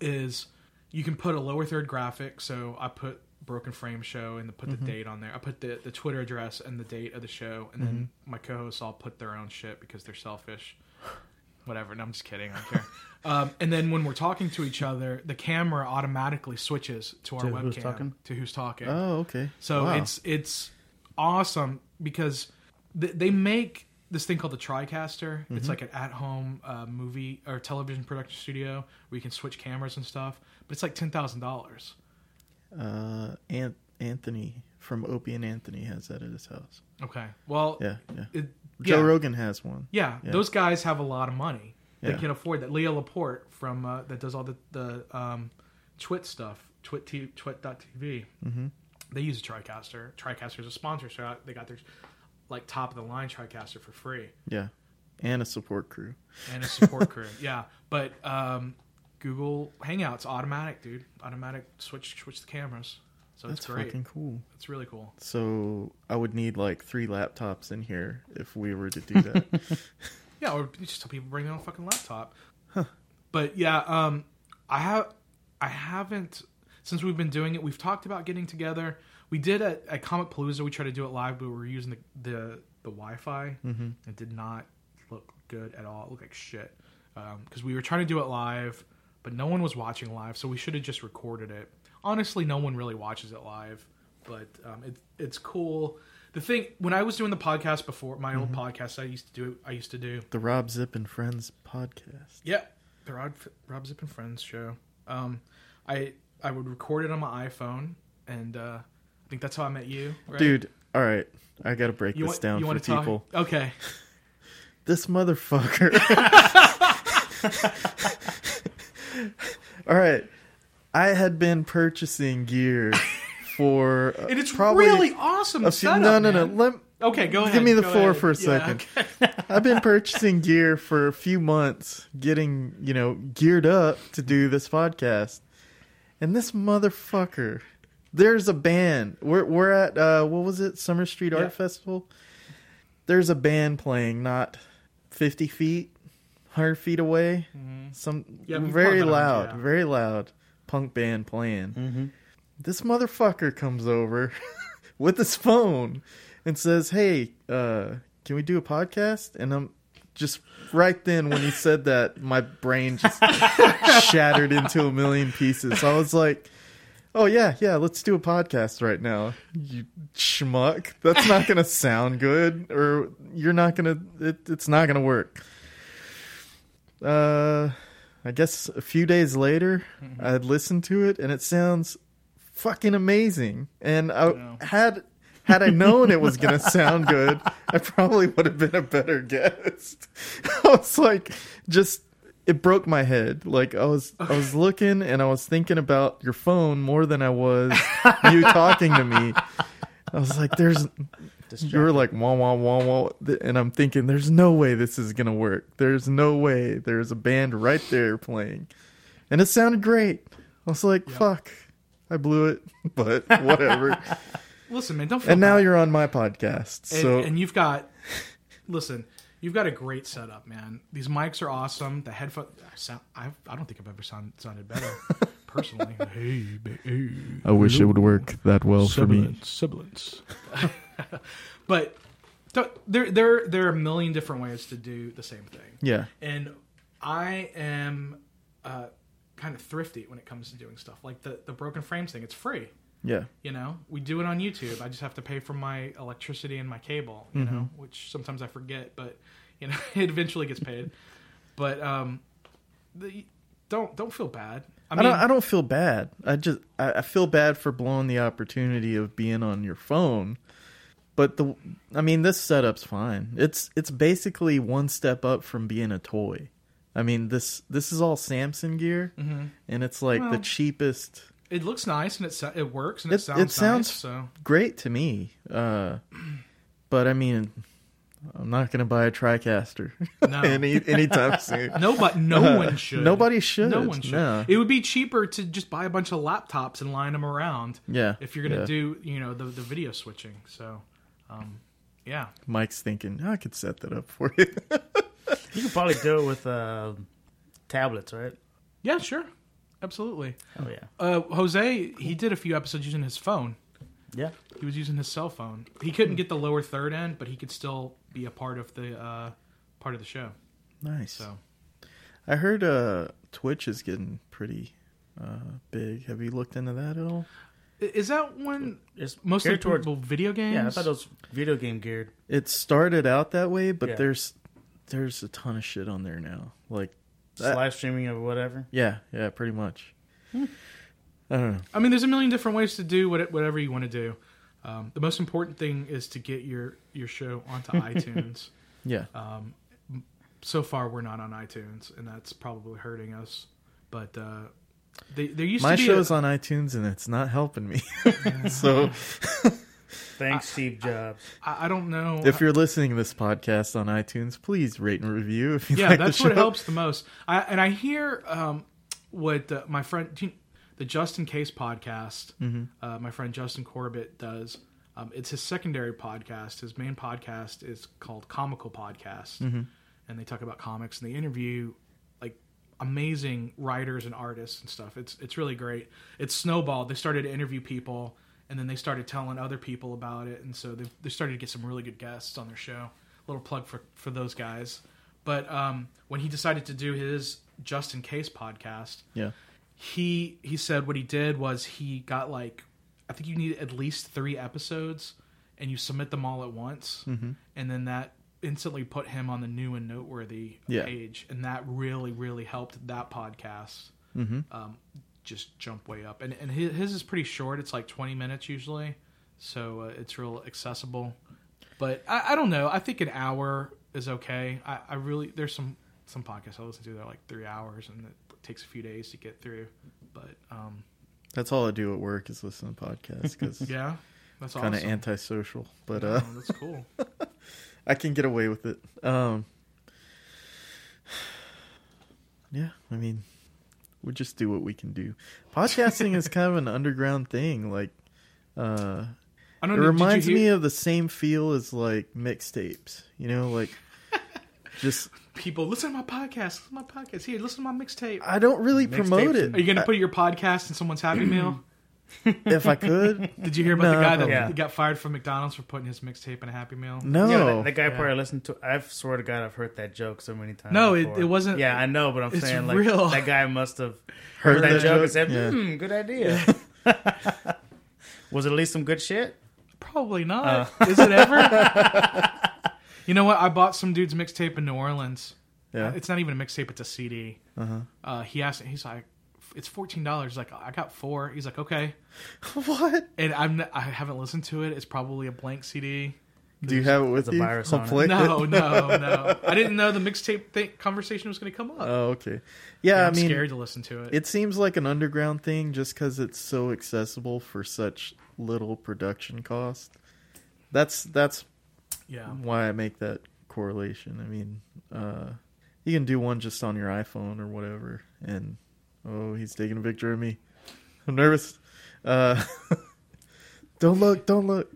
Speaker 3: is you can put a lower third graphic so i put broken frame show and put the
Speaker 2: Mm-hmm.
Speaker 3: date on there i put the, the twitter address and the date of the show and then
Speaker 2: Mm-hmm.
Speaker 3: my co-hosts all put their own shit because they're selfish whatever no i'm just kidding i don't care um, and then when we're talking to each other the camera automatically switches to our
Speaker 2: To
Speaker 3: webcam
Speaker 2: who's talking?
Speaker 3: to who's talking
Speaker 1: Oh, okay.
Speaker 3: so
Speaker 1: Wow.
Speaker 3: it's it's awesome because th- they make this thing called the TriCaster.
Speaker 1: Mm-hmm.
Speaker 3: It's like an at-home uh, movie or television production studio where you can switch cameras and stuff. But it's like ten thousand dollars.
Speaker 1: uh, Ant- Anthony from Opie and Anthony has that at his house.
Speaker 3: Okay. Well,
Speaker 1: Yeah, yeah.
Speaker 3: It,
Speaker 1: Joe
Speaker 3: yeah,
Speaker 1: Rogan has one.
Speaker 3: yeah,
Speaker 1: yeah.
Speaker 3: Those guys have a lot of money. They
Speaker 1: Yeah.
Speaker 3: can afford that. Leah Laporte from uh, that does all the the um, Twit stuff. Twit t- Twit.tv.
Speaker 1: Mhm.
Speaker 3: They use a TriCaster. TriCaster is a sponsor, so they got their like top of the line TriCaster for free.
Speaker 1: Yeah, and a support crew.
Speaker 3: and a support crew. Yeah, but um, Google Hangouts automatic, dude. Automatic switch switch the cameras. So
Speaker 1: That's
Speaker 3: it's great.
Speaker 1: fucking cool.
Speaker 3: It's really cool.
Speaker 1: So I would need like three laptops in here if we were to do that.
Speaker 3: Yeah, or you just tell people to bring their own fucking laptop. But yeah, um, I have I haven't since we've been doing it. We've talked about getting together. We did at, at Comic Palooza. We tried to do it live, but we were using the the, the Wi-Fi. Mm-hmm. It did not look good at all. It looked like shit because we were trying to do it live, but no one was watching live. So we should have just recorded it. Honestly, no one really watches it live, but um, it, it's cool. The thing when I was doing the podcast before my old podcast, I used to do. I used to do.
Speaker 1: the Rob Zip and Friends podcast.
Speaker 3: Yeah, the Rob, Rob Zip and Friends show. Um, I I would record it on my iPhone, and uh, I think that's how I met you, right?
Speaker 1: Dude, all right, I gotta break
Speaker 3: you
Speaker 1: this
Speaker 3: want,
Speaker 1: down
Speaker 3: you
Speaker 1: for
Speaker 3: want to
Speaker 1: people.
Speaker 3: Talk? Okay,
Speaker 1: This motherfucker. all right, I had been purchasing gear for uh,
Speaker 3: and it's
Speaker 1: probably
Speaker 3: really awesome.
Speaker 1: a few.
Speaker 3: setup,
Speaker 1: no, no, no.
Speaker 3: man.
Speaker 1: Let
Speaker 3: Okay, go ahead.
Speaker 1: give me the
Speaker 3: go
Speaker 1: floor
Speaker 3: ahead.
Speaker 1: for a
Speaker 3: Yeah,
Speaker 1: second.
Speaker 3: okay.
Speaker 1: I've been purchasing gear for a few months, getting, you know, geared up to do this podcast. And this motherfucker, there's a band. We're, we're at, uh, what was it? Summer Street
Speaker 3: Yeah.
Speaker 1: Art Festival. There's a band playing not 50 feet, 100 feet away. Some
Speaker 3: Mm-hmm. Yeah, we've
Speaker 1: very
Speaker 3: gone that
Speaker 1: loud,
Speaker 3: route, yeah.
Speaker 1: very loud punk band playing
Speaker 2: Mm-hmm.
Speaker 1: this motherfucker comes over with his phone and says, "Hey, uh, can we do a podcast?" And I'm just right then when he said that, my brain just shattered into a million pieces. I was like, "Oh yeah, yeah, let's do a podcast right now." You schmuck. That's not going to sound good or you're not going to it, it's not going to work. Uh I guess a few days later, I had listened to it and it sounds fucking amazing. And I
Speaker 3: Wow.
Speaker 1: had had I known it was going to sound good, I probably would have been a better guest. I was like just it broke my head. Like I was I was looking and I was thinking about your phone more than I was you talking to me. I was like there's you were like wah wah wah wah th- and I'm thinking there's no way this is going to work. There's no way. There's a band right there playing. And it sounded great. I was like fuck. I blew it, but whatever.
Speaker 3: Listen, man, don't. feel
Speaker 1: and now
Speaker 3: bad.
Speaker 1: you're on my podcast.
Speaker 3: and,
Speaker 1: so
Speaker 3: and you've got listen you've got a great setup man these mics are awesome the headphone I sound I, I don't think i've ever sound, sounded better personally. hey, ba- hey,
Speaker 1: I wish it would work that well for me.
Speaker 3: sibilance, sibilance. but th- there, there, there are a million different ways to do the same thing.
Speaker 1: Yeah.
Speaker 3: and I am uh, kind of thrifty when it comes to doing stuff like the the broken frames thing. It's free,
Speaker 1: Yeah.
Speaker 3: you know. We do it on YouTube. I just have to pay for my electricity and my cable, you
Speaker 1: Mm-hmm.
Speaker 3: know, which sometimes I forget, but you know, it eventually gets paid. But um, the, don't don't feel bad. I
Speaker 1: I,
Speaker 3: mean,
Speaker 1: don't. I don't feel bad. I just. I, I feel bad for blowing the opportunity of being on your phone. But the. I mean, this setup's fine. It's. It's basically one step up from being a toy. I mean this. This is all Samson gear,
Speaker 3: Mm-hmm.
Speaker 1: and it's like the
Speaker 3: Well-
Speaker 1: cheapest.
Speaker 3: it looks nice and it so- it works and it,
Speaker 1: It-
Speaker 3: sounds
Speaker 1: it sounds-
Speaker 3: nice, so
Speaker 1: great to me. Uh, but I mean, I'm not going to buy a TriCaster
Speaker 3: No.
Speaker 1: any anytime soon.
Speaker 3: Nobody, no one should.
Speaker 1: Nobody should.
Speaker 3: No one should.
Speaker 1: No.
Speaker 3: It would be cheaper to just buy a bunch of laptops and line them around.
Speaker 1: Yeah,
Speaker 3: If you're gonna
Speaker 1: yeah.
Speaker 3: do, you know, the the video switching. So, um, yeah.
Speaker 1: Mike's thinking "Oh, I could set that up for you.
Speaker 2: You could probably do it with uh, tablets, right?
Speaker 3: Yeah. Sure. Absolutely.
Speaker 2: Oh yeah,
Speaker 3: Uh, Jose, he did a few episodes using his phone.
Speaker 2: yeah.
Speaker 3: He was using his cell phone. He couldn't get the lower third end, but he could still be a part of the uh, part of the show.
Speaker 1: nice.
Speaker 3: So
Speaker 1: I heard uh, Twitch is getting pretty uh, big. Have you looked into that at all?
Speaker 3: I- is that when
Speaker 2: It's
Speaker 3: mostly
Speaker 2: geared towards.
Speaker 3: people video games?
Speaker 2: Yeah, I thought it was video game geared.
Speaker 1: It started out that way, but
Speaker 2: Yeah.
Speaker 1: there's there's a ton of shit on there now. Like,
Speaker 2: Just
Speaker 1: That-
Speaker 2: live streaming or whatever.
Speaker 1: yeah, yeah, pretty much.
Speaker 3: Hmm.
Speaker 1: I don't know.
Speaker 3: I mean, there's a million different ways to do what, whatever you want to do. Um, the most important thing is to get your your show onto iTunes. Um,
Speaker 1: Yeah,
Speaker 3: So far, we're not on iTunes, and that's probably hurting us. But uh, they, there used
Speaker 1: my
Speaker 3: to be
Speaker 1: show's
Speaker 3: a,
Speaker 1: on iTunes and it's not helping me. so
Speaker 2: Thanks, Steve Jobs.
Speaker 3: I, I don't know
Speaker 1: if you're listening to this podcast on iTunes, please rate and review. If you
Speaker 3: yeah,
Speaker 1: like
Speaker 3: that's
Speaker 1: the
Speaker 3: what
Speaker 1: show.
Speaker 3: helps the most. I, and I hear um, what uh, my friend, do you- the Justin Case podcast,
Speaker 1: Mm-hmm.
Speaker 3: uh, my friend Justin Corbett does. Um, it's his secondary podcast. His main podcast is called Comical Podcast,
Speaker 1: Mm-hmm.
Speaker 3: and they talk about comics and they interview like amazing writers and artists and stuff. It's it's really great. It's snowballed. They started to interview people, and then they started telling other people about it, and so they they started to get some really good guests on their show. Little plug for for those guys. But um, when he decided to do his Just in Case podcast,
Speaker 1: Yeah,
Speaker 3: he he said what he did was he got like I think you need at least three episodes, and you submit them all at once, and then that instantly put him on the new and noteworthy
Speaker 1: Yeah.
Speaker 3: page, and that really really helped that podcast um, just jump way up. And and his, his is pretty short; it's like twenty minutes usually, so uh, it's real accessible. But I, I don't know. I think an hour is okay. I, I really there's some some podcasts I listen to that are like three hours and it takes a few days to get through. But um,
Speaker 1: that's all I do at work is listen to podcasts because
Speaker 3: yeah, that's
Speaker 1: kind of
Speaker 3: awesome.
Speaker 1: antisocial, but
Speaker 3: Oh,
Speaker 1: uh,
Speaker 3: that's cool.
Speaker 1: I can get away with it. Um, yeah, I mean, we just do what we can do. Podcasting is kind of an underground thing. Like, uh,
Speaker 3: I
Speaker 1: it
Speaker 3: don't. know, did you
Speaker 1: reminds
Speaker 3: hear-
Speaker 1: me of the same feel as like mixtapes. You know, like just
Speaker 3: people listen to my podcast. Listen to my podcast. Here, listen to my mixtape.
Speaker 1: I don't really
Speaker 2: Mixtapes
Speaker 1: promote it.
Speaker 2: and-
Speaker 3: Are you gonna put your podcast in someone's Happy Meal?
Speaker 1: if I could.
Speaker 3: Did you hear about
Speaker 1: No,
Speaker 3: the guy that
Speaker 2: probably.
Speaker 3: that got fired from McDonald's for putting his mixtape in a Happy Meal?
Speaker 1: No.
Speaker 2: yeah, that, that guy
Speaker 3: Yeah.
Speaker 2: probably listened to. I've swear to God, I've heard that joke so many times.
Speaker 3: No, it-
Speaker 2: before.
Speaker 3: it wasn't-
Speaker 2: Yeah, I know, but I'm
Speaker 3: it's
Speaker 2: saying like
Speaker 3: real.
Speaker 2: that guy must have
Speaker 1: Heard
Speaker 2: heard,
Speaker 1: that
Speaker 2: that joke
Speaker 1: joke,
Speaker 2: and said,
Speaker 1: yeah.
Speaker 2: "Hmm, good idea." Was it at least some good shit?
Speaker 3: Probably not. Is it ever? you know what? I bought some dude's mixtape in New Orleans.
Speaker 1: Yeah.
Speaker 3: It's not even a mixtape; it's a CD. Uh-huh. he asked. He's like, "It's fourteen dollars." Like, I got four. He's like, "Okay,"
Speaker 1: What?
Speaker 3: and I'm n- I haven't listened to it. It's probably a blank CD.
Speaker 1: Do you have it with
Speaker 2: There's a
Speaker 1: you?
Speaker 2: virus
Speaker 1: I'll
Speaker 2: on it.
Speaker 1: play
Speaker 3: No, no, no. I didn't know the mixtape thing, conversation was going to come up.
Speaker 1: Oh, okay. Yeah, I
Speaker 3: I'm
Speaker 1: mean,
Speaker 3: scared to listen to it.
Speaker 1: it seems like an underground thing just because it's so accessible for such little production cost. That's that's
Speaker 3: yeah,
Speaker 1: why I make that correlation. I mean, uh, you can do one just on your iPhone or whatever, and oh, he's taking a picture of me. I'm nervous. Uh, don't look! Don't look!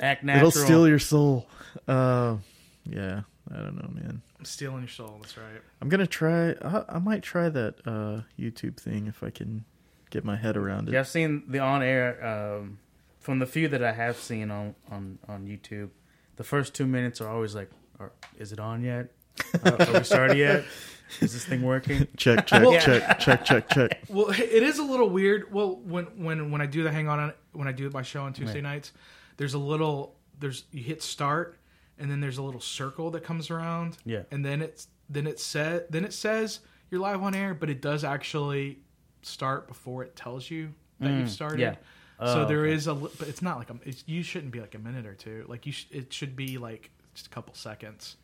Speaker 2: Act natural.
Speaker 1: It'll steal your soul. Uh, yeah, I don't know, man.
Speaker 3: I'm stealing your soul. That's right.
Speaker 1: I'm gonna try. I, I might try that uh, YouTube thing if I can get my head around it.
Speaker 2: Yeah, I've seen the on air um, from the few that I have seen on, on, on YouTube. The first two minutes are always like, are, "Is it on yet? Are, are we started yet? Is this thing working?"
Speaker 1: Check, check,
Speaker 3: Well-
Speaker 1: check, check, check, check.
Speaker 3: Well, it is a little weird. Well, when when when I do the hang on when I do my show on Tuesday nights, there's a little there's you hit start and then there's a little circle that comes around.
Speaker 2: Yeah.
Speaker 3: And then it's then it said then it says you're live on air, but it does actually start before it tells you that you've started.
Speaker 2: Mm, yeah.
Speaker 3: so
Speaker 2: Oh,
Speaker 3: there
Speaker 2: okay.
Speaker 3: is a li- but it's not like a, it's, you shouldn't be like a minute or two. Like you sh- it should be like just a couple seconds.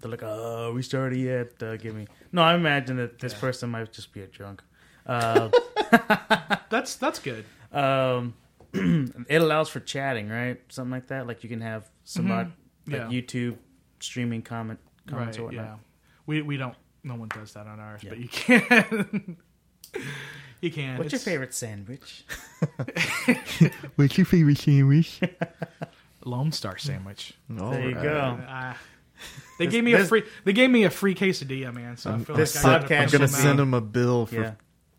Speaker 2: They're like, "Oh, are we started yet? Uh, give me." No, I imagine that this
Speaker 3: Yeah.
Speaker 2: person might just be a drunk. Uh,
Speaker 3: That's that's good.
Speaker 2: um, it allows for chatting, right? Something like that. Like you can have some odd, like
Speaker 3: Mm-hmm. Yeah.
Speaker 2: YouTube streaming comment comments or whatnot.
Speaker 3: We we don't. No one does that on ours, but you can. you can.
Speaker 2: What's your
Speaker 3: It's
Speaker 2: favorite sandwich?
Speaker 1: What's your favorite sandwich?
Speaker 3: Lone Star sandwich?
Speaker 2: there you go.
Speaker 3: Ah. they
Speaker 2: Um, This-
Speaker 3: gave me a
Speaker 2: this-
Speaker 3: free. They gave me a free quesadilla, man. So I feel
Speaker 1: This
Speaker 3: like I gotta
Speaker 2: Um, podcast
Speaker 1: I'm
Speaker 3: punch
Speaker 1: gonna
Speaker 3: them
Speaker 1: send
Speaker 3: out.
Speaker 1: him a bill for
Speaker 2: Yeah.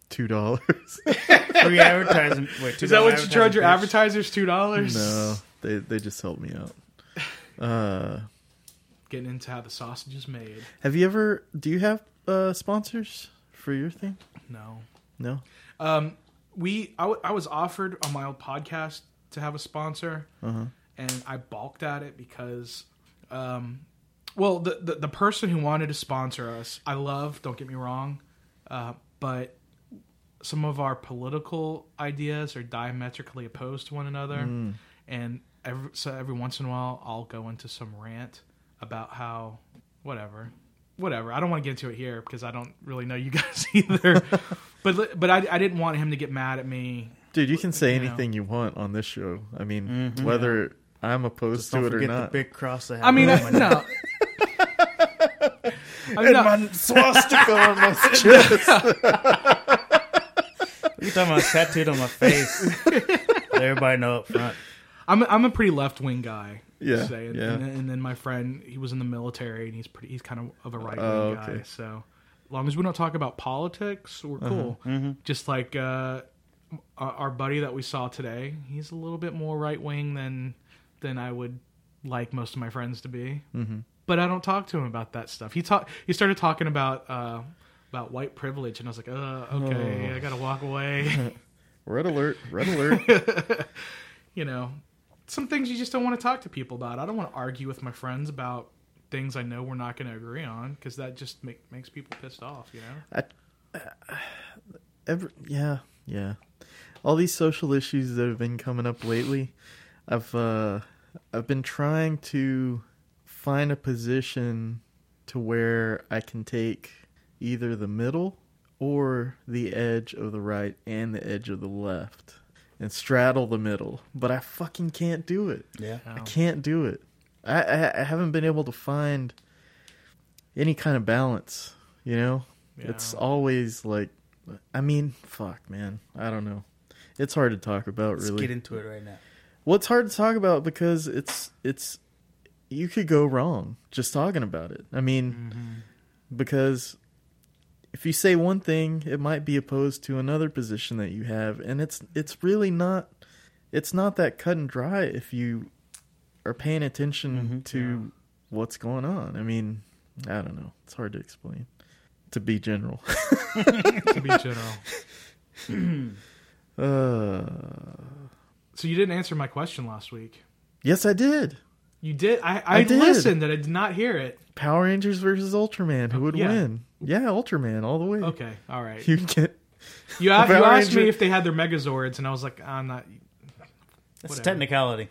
Speaker 1: two dollars.
Speaker 2: Free advertising. Wait,
Speaker 3: Is that what you
Speaker 2: $2
Speaker 3: charge your
Speaker 2: pitch?
Speaker 3: advertisers? Two dollars.
Speaker 1: no, they they just helped me out. Uh,
Speaker 3: Getting into how the sausage is made.
Speaker 1: have you ever? Do you have uh, sponsors for your thing?
Speaker 3: No.
Speaker 1: No.
Speaker 3: Um, we I, w- I was offered on my old podcast to have a sponsor, and I balked at it because, um, well, the, the the person who wanted to sponsor us, I love. Don't get me wrong, uh, but some of our political ideas are diametrically opposed to one another, and every, so every once in a while, I'll go into some rant about how whatever. Whatever. I don't want to get into it here because I don't really know you guys either. but li- but I, I didn't want him to get mad at me.
Speaker 1: Dude, you can say
Speaker 3: You know.
Speaker 1: anything you want on this show. I mean, whether I'm opposed
Speaker 2: Mm-hmm. Just
Speaker 1: to
Speaker 2: don't
Speaker 1: it or
Speaker 2: forget
Speaker 1: not.
Speaker 2: the big cross.
Speaker 3: I mean, I, no. I mean, no.
Speaker 1: swastika on my chest.
Speaker 2: you're talking about tattooed on my face. Let everybody know up front.
Speaker 3: I'm a, I'm a pretty left wing guy.
Speaker 1: Yeah,
Speaker 3: say, and,
Speaker 1: yeah.
Speaker 3: And, then- and then my friend, he was in the military, and he's pretty. He's kind of of a right wing
Speaker 1: Oh,
Speaker 3: guy.
Speaker 1: okay. Uh-huh,
Speaker 3: So, as long as we don't talk about politics, we're cool.
Speaker 1: mm-hmm.
Speaker 3: Just like uh, our, our buddy that we saw today, he's a little bit more right wing than than I would like most of my friends to be. Mm-hmm. But I don't talk to him about that stuff. He talk. He started talking about. Uh, about white privilege, and I was like, uh, okay,
Speaker 1: Oh.
Speaker 3: I gotta walk away.
Speaker 1: Red alert, red alert.
Speaker 3: you know, some things you just don't want to talk to people about. I don't want to argue with my friends about things I know we're not going to agree on because that just make, makes people pissed off, you know?
Speaker 1: Every, yeah, yeah. All these social issues that have been coming up lately, I've uh, I've been trying to find a position to where I can take either the middle or the edge of the right and the edge of the left and straddle the middle, but I fucking can't do it.
Speaker 2: Yeah.
Speaker 1: I
Speaker 3: No.
Speaker 1: can't do it. I, I I haven't been able to find any kind of balance. You know, it's
Speaker 3: Yeah.
Speaker 1: always like, I mean, fuck, man. I don't know. It's hard to talk about,
Speaker 2: Let's
Speaker 1: really.
Speaker 2: get into it right now.
Speaker 1: Well, it's hard to talk about because it's it's you could go wrong just talking about it. I mean, because if you say one thing, it might be opposed to another position that you have, and it's it's really not it's not that cut and dry if you are paying attention to what's going on. I mean, I don't know. It's hard to explain. To be general.
Speaker 3: to be general.
Speaker 1: Uh,
Speaker 3: So you didn't answer my question last week.
Speaker 1: yes, I did.
Speaker 3: You did. I, I,
Speaker 1: I did.
Speaker 3: listened and I did not hear it.
Speaker 1: Power Rangers versus Ultraman. Who would
Speaker 3: Yeah.
Speaker 1: win? Yeah, Ultraman all the way.
Speaker 3: Okay. All right. You,
Speaker 1: You get
Speaker 3: you, asked
Speaker 1: Power
Speaker 3: me
Speaker 1: Ranger-
Speaker 3: if they had their Megazords, and I was like, I'm not.
Speaker 2: It's
Speaker 3: Whatever.
Speaker 2: a technicality.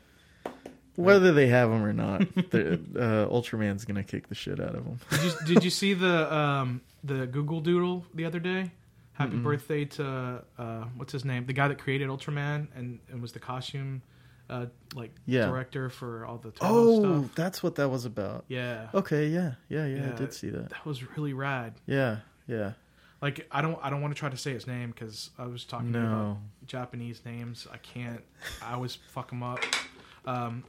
Speaker 1: whether they have them or not. they're- uh, Ultraman's gonna kick the shit out of them.
Speaker 3: Did you, did you see the um, the Google Doodle the other day? Happy birthday to uh, what's his name? The guy that created Ultraman and, and was the costume uh, like
Speaker 1: Yeah.
Speaker 3: director for all the Turbo
Speaker 1: Oh,
Speaker 3: stuff.
Speaker 1: that's what that was about.
Speaker 3: Yeah,
Speaker 1: Okay, yeah, yeah, yeah,
Speaker 3: Yeah.
Speaker 1: I did see that.
Speaker 3: that was really rad.
Speaker 1: Yeah, yeah.
Speaker 3: Like I don't I don't want to try to say his name because I was talking
Speaker 1: No.
Speaker 3: about Japanese names. I can't. I always fuck them up. Um,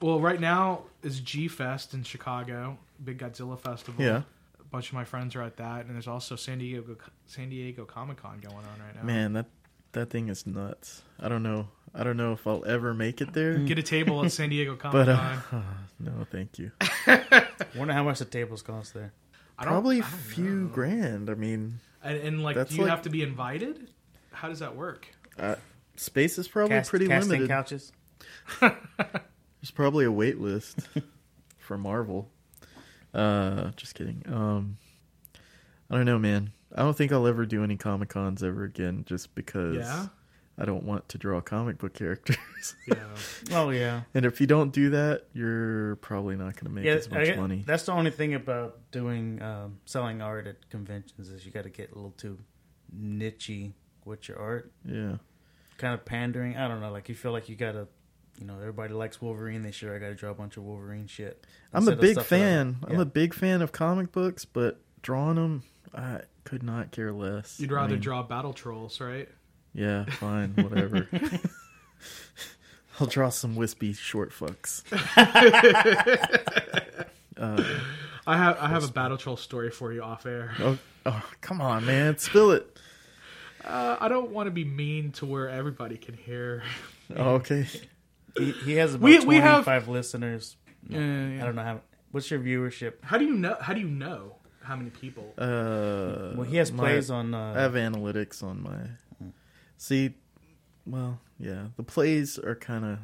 Speaker 3: well, right now is G Fest in Chicago, big Godzilla festival.
Speaker 1: Yeah.
Speaker 3: a bunch of my friends are at that, and there's also San Diego San Diego Comic Con going on right now.
Speaker 1: Man, that that thing is nuts. I don't know. I don't know if I'll ever make it there.
Speaker 3: Get a table at San Diego Comic
Speaker 1: But
Speaker 3: Con.
Speaker 1: uh, no, thank you.
Speaker 2: Wonder how much the tables cost there.
Speaker 3: I don't-
Speaker 1: Probably
Speaker 3: I
Speaker 1: a
Speaker 3: don't
Speaker 1: few
Speaker 3: know.
Speaker 1: grand. I mean,
Speaker 3: And, and like,
Speaker 1: That's
Speaker 3: do you
Speaker 1: like-
Speaker 3: have to be invited? How does that work?
Speaker 1: uh, space is probably
Speaker 2: Cast-
Speaker 1: pretty
Speaker 2: casting
Speaker 1: limited.
Speaker 2: couches.
Speaker 1: There's probably a wait list for Marvel. Uh, just kidding. Um, I don't know, man. I don't think I'll ever do any Comic Cons ever again, just because
Speaker 3: Yeah.
Speaker 1: I don't want to draw comic book characters.
Speaker 3: Yeah.
Speaker 2: Oh yeah,
Speaker 1: and if you don't do that, you're probably not going to make
Speaker 2: yeah.
Speaker 1: as
Speaker 2: I
Speaker 1: much
Speaker 2: get-
Speaker 1: money.
Speaker 2: That's the only thing about doing um, selling art at conventions is you got to get a little too nichey with your art.
Speaker 1: Yeah,
Speaker 2: Kind of pandering. I don't know. Like you feel like you got to. You know, everybody likes Wolverine this year. I got to draw a bunch of Wolverine shit.
Speaker 1: I'm a
Speaker 2: Instead of
Speaker 1: big
Speaker 2: stuff that I-
Speaker 1: fan. I'm
Speaker 2: Yeah.
Speaker 1: a big fan of comic books, but drawing them, I could not care less.
Speaker 3: You'd
Speaker 1: I
Speaker 3: rather
Speaker 1: mean,
Speaker 3: draw battle trolls, right?
Speaker 1: Yeah, fine, whatever. I'll draw some wispy short fucks.
Speaker 3: I have I have a battle troll story for you off air.
Speaker 1: Oh, oh, come on, man. Spill it.
Speaker 3: Uh, I don't want to be mean to where everybody can hear.
Speaker 1: Oh, okay.
Speaker 2: He, he has about
Speaker 3: We-
Speaker 2: 25
Speaker 3: we have-
Speaker 2: listeners. No,
Speaker 3: Yeah, yeah, yeah.
Speaker 2: I don't know how. What's your viewership?
Speaker 3: How do you know? How do you know how many people?
Speaker 1: Uh,
Speaker 2: Well, he has
Speaker 1: my-
Speaker 2: plays on.
Speaker 1: I
Speaker 2: Uh,
Speaker 1: have analytics on my. See, well, yeah. The plays are kind of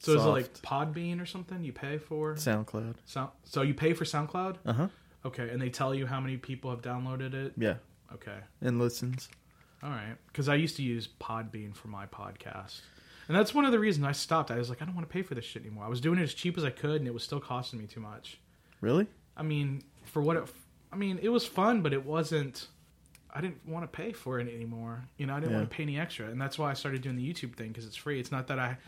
Speaker 3: So is it
Speaker 1: soft.
Speaker 3: like Podbean or something you pay for?
Speaker 1: SoundCloud.
Speaker 3: Sound, so you pay for SoundCloud?
Speaker 1: Uh huh.
Speaker 3: Okay, and they tell you how many people have downloaded it.
Speaker 1: Yeah.
Speaker 3: Okay,
Speaker 1: And listens.
Speaker 3: all right. Because I used to use Podbean for my podcast, and that's one of the reasons I stopped. I was like, I don't want to pay for this shit anymore. I was doing it as cheap as I could, and it was still costing me too much.
Speaker 1: Really?
Speaker 3: I mean, for what it, I mean, it was fun, but it wasn't. I didn't want to pay for it anymore. You know, I didn't
Speaker 1: Yeah.
Speaker 3: want to pay any extra, and that's why I started doing the YouTube thing because it's free. It's not that I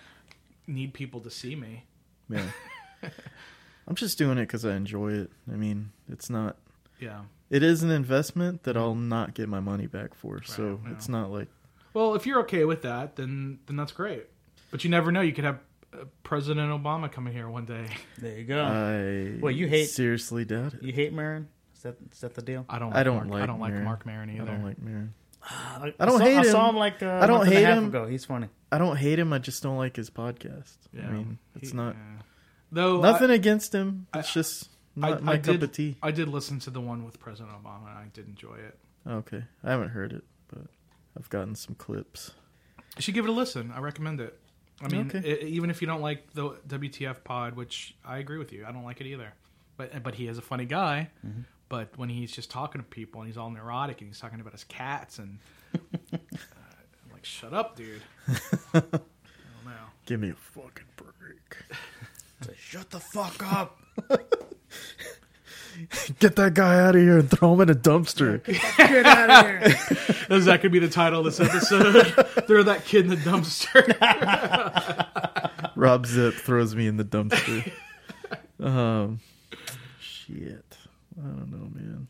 Speaker 3: need people to see me.
Speaker 1: Yeah. I'm just doing it because I enjoy it. I mean, it's not.
Speaker 3: Yeah.
Speaker 1: It is an investment that I'll not get my money back for. so
Speaker 3: yeah.
Speaker 1: it's not like.
Speaker 3: Well, if you're okay with that, then then that's great. But you never know. You could have uh, President Obama coming here one day.
Speaker 2: there you go.
Speaker 1: uh, I
Speaker 2: Well, you hate-
Speaker 1: seriously doubt it.
Speaker 2: you hate Marin? Is that is that the deal?
Speaker 3: I don't.
Speaker 1: I don't
Speaker 3: Mark,
Speaker 1: like.
Speaker 3: I don't like
Speaker 1: Maron.
Speaker 3: Mark Maron either.
Speaker 1: I don't like Marin.
Speaker 2: I,
Speaker 1: don't
Speaker 2: saw,
Speaker 1: hate
Speaker 2: I
Speaker 1: him.
Speaker 2: saw him like uh,
Speaker 1: I don't
Speaker 2: a month and
Speaker 1: hate
Speaker 2: a half
Speaker 1: him.
Speaker 2: ago. He's funny.
Speaker 1: I don't hate him. I just don't like his podcast.
Speaker 3: Yeah.
Speaker 1: I mean, it's
Speaker 3: He-
Speaker 1: not
Speaker 3: yeah. Though I-
Speaker 1: nothing against him. It's just
Speaker 3: I-
Speaker 1: not
Speaker 3: I
Speaker 1: my cup
Speaker 3: did-
Speaker 1: of tea.
Speaker 3: I did listen to the one with President Obama, and I did enjoy it.
Speaker 1: Oh, Okay, I haven't heard it, but I've gotten some clips.
Speaker 3: You should give it a listen. I recommend it. I mean,
Speaker 1: Okay.
Speaker 3: e- even if you don't like the WTF pod, which I agree with you, I don't like it either. But but he is a funny guy. But when he's just talking to people and he's all neurotic and he's talking about his cats and uh, like, shut up, dude. I don't know.
Speaker 1: Give me a fucking break.
Speaker 2: Shut the fuck up.
Speaker 1: Get that guy out of here and throw him in a dumpster.
Speaker 2: Get out of here.
Speaker 3: Is that could be the title of this episode? Throw that kid in the dumpster.
Speaker 1: Rob Zip throws me in the dumpster. um, shit. I don't know, man.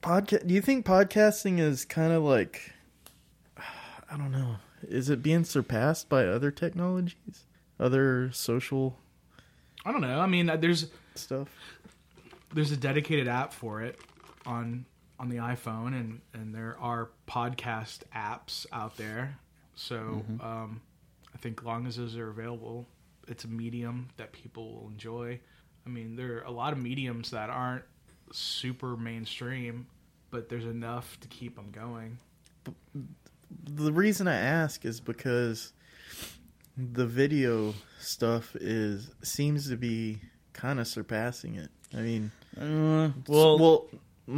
Speaker 1: Podcast? Do you think podcasting is kind of like? I don't know. Is it being surpassed by other technologies, other social
Speaker 3: I don't know. I mean, there's
Speaker 1: stuff?
Speaker 3: there's a dedicated app for it on on the iPhone, and and there are podcast apps out there. So
Speaker 1: Mm-hmm.
Speaker 3: um, I think long as those are available, it's a medium that people will enjoy. I mean, there are a lot of mediums that aren't super mainstream, but there's enough to keep them going.
Speaker 1: the reason I ask is because the video stuff is seems to be kind of surpassing it. I mean,
Speaker 2: Uh,
Speaker 1: well,
Speaker 2: well,
Speaker 1: well,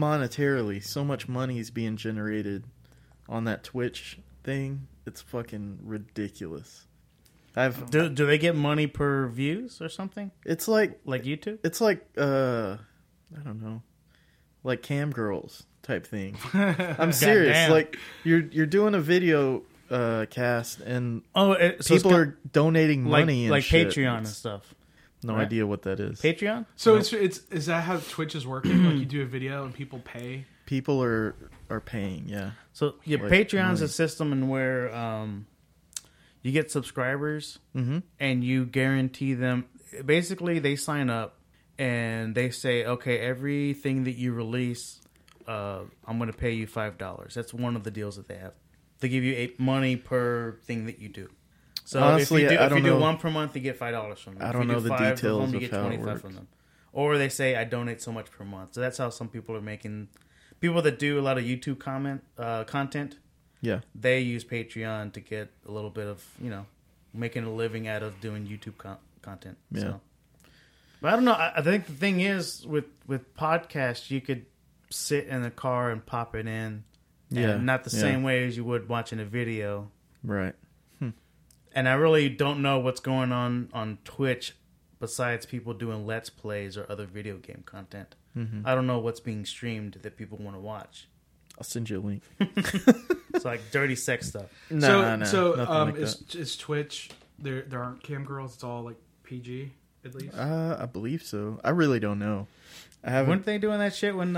Speaker 1: monetarily, so much money is being generated on that Twitch thing. It's fucking ridiculous. I've
Speaker 2: do do they get money per views or something
Speaker 1: it's like
Speaker 2: like YouTube?
Speaker 1: it's like uh I don't know. Like cam girls type thing. I'm serious.
Speaker 2: Goddamn.
Speaker 1: Like you're you're doing a video uh cast and
Speaker 2: Oh, it, so it's
Speaker 1: people
Speaker 2: got-
Speaker 1: are donating
Speaker 2: like,
Speaker 1: money and
Speaker 2: like
Speaker 1: shit.
Speaker 2: Patreon and stuff.
Speaker 1: No
Speaker 2: right?
Speaker 1: idea what that is.
Speaker 2: Patreon?
Speaker 3: So it's it's is that how Twitch is working? like you do a video and people pay.
Speaker 1: People are are paying. Yeah,
Speaker 2: So yeah,
Speaker 1: Like,
Speaker 2: Patreon's
Speaker 1: really.
Speaker 2: a system in where um, you get subscribers
Speaker 1: Mhm.
Speaker 2: and you guarantee them. Basically, they sign up and they say, okay, everything that you release, uh, I'm going to pay you five dollars. That's one of the deals that they have. They give you eight money per thing that you do. So
Speaker 1: Honestly,
Speaker 2: if you do,
Speaker 1: I
Speaker 2: if
Speaker 1: don't
Speaker 2: you
Speaker 1: know-
Speaker 2: do one per month, you get five dollars from them.
Speaker 1: I
Speaker 2: If
Speaker 1: don't
Speaker 2: you do
Speaker 1: know the
Speaker 2: five
Speaker 1: details
Speaker 2: them, you
Speaker 1: of
Speaker 2: get
Speaker 1: how it
Speaker 2: 25
Speaker 1: works.
Speaker 2: from them. Or they say I donate so much per month. So that's how some people are making. People that do a lot of YouTube comment uh, content,
Speaker 1: Yeah.
Speaker 2: they use Patreon to get a little bit of you know making a living out of doing YouTube con- content.
Speaker 1: Yeah.
Speaker 2: So. But I don't know. I, I think the thing is with with podcasts, you could sit in the car and pop it in.
Speaker 1: Yeah,
Speaker 2: Yeah, not the
Speaker 1: yeah.
Speaker 2: same way as you would watching a video.
Speaker 1: Right.
Speaker 2: And I really don't know what's going on on Twitch besides people doing let's plays or other video game content.
Speaker 1: Mm-hmm.
Speaker 2: I don't know what's being streamed that people want to watch.
Speaker 1: I'll send you a link.
Speaker 2: It's like dirty sex stuff.
Speaker 1: No,
Speaker 3: so,
Speaker 1: no, no,
Speaker 3: so
Speaker 1: nothing
Speaker 3: um,
Speaker 1: like
Speaker 3: it's, it's Twitch. There, there aren't cam girls. It's all like PG at least.
Speaker 1: that. Uh, I believe so. I really don't know. I haven't.
Speaker 2: Weren't they doing that shit when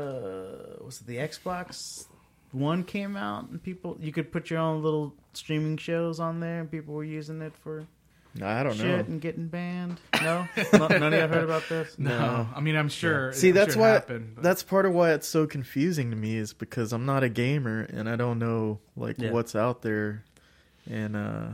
Speaker 2: uh was it the Xbox One came out and people you could put your own little streaming shows on there and people were using it for
Speaker 1: I don't
Speaker 2: shit
Speaker 1: know.
Speaker 2: and getting banned? No, none of you heard about this.
Speaker 3: no. I mean I'm sure.
Speaker 1: See,
Speaker 3: I'm
Speaker 1: that's
Speaker 3: sure it
Speaker 1: why.
Speaker 3: happened, but-
Speaker 1: that's part of why it's so confusing to me is because I'm not a gamer and I don't know like
Speaker 2: Yeah.
Speaker 1: what's out there, and uh,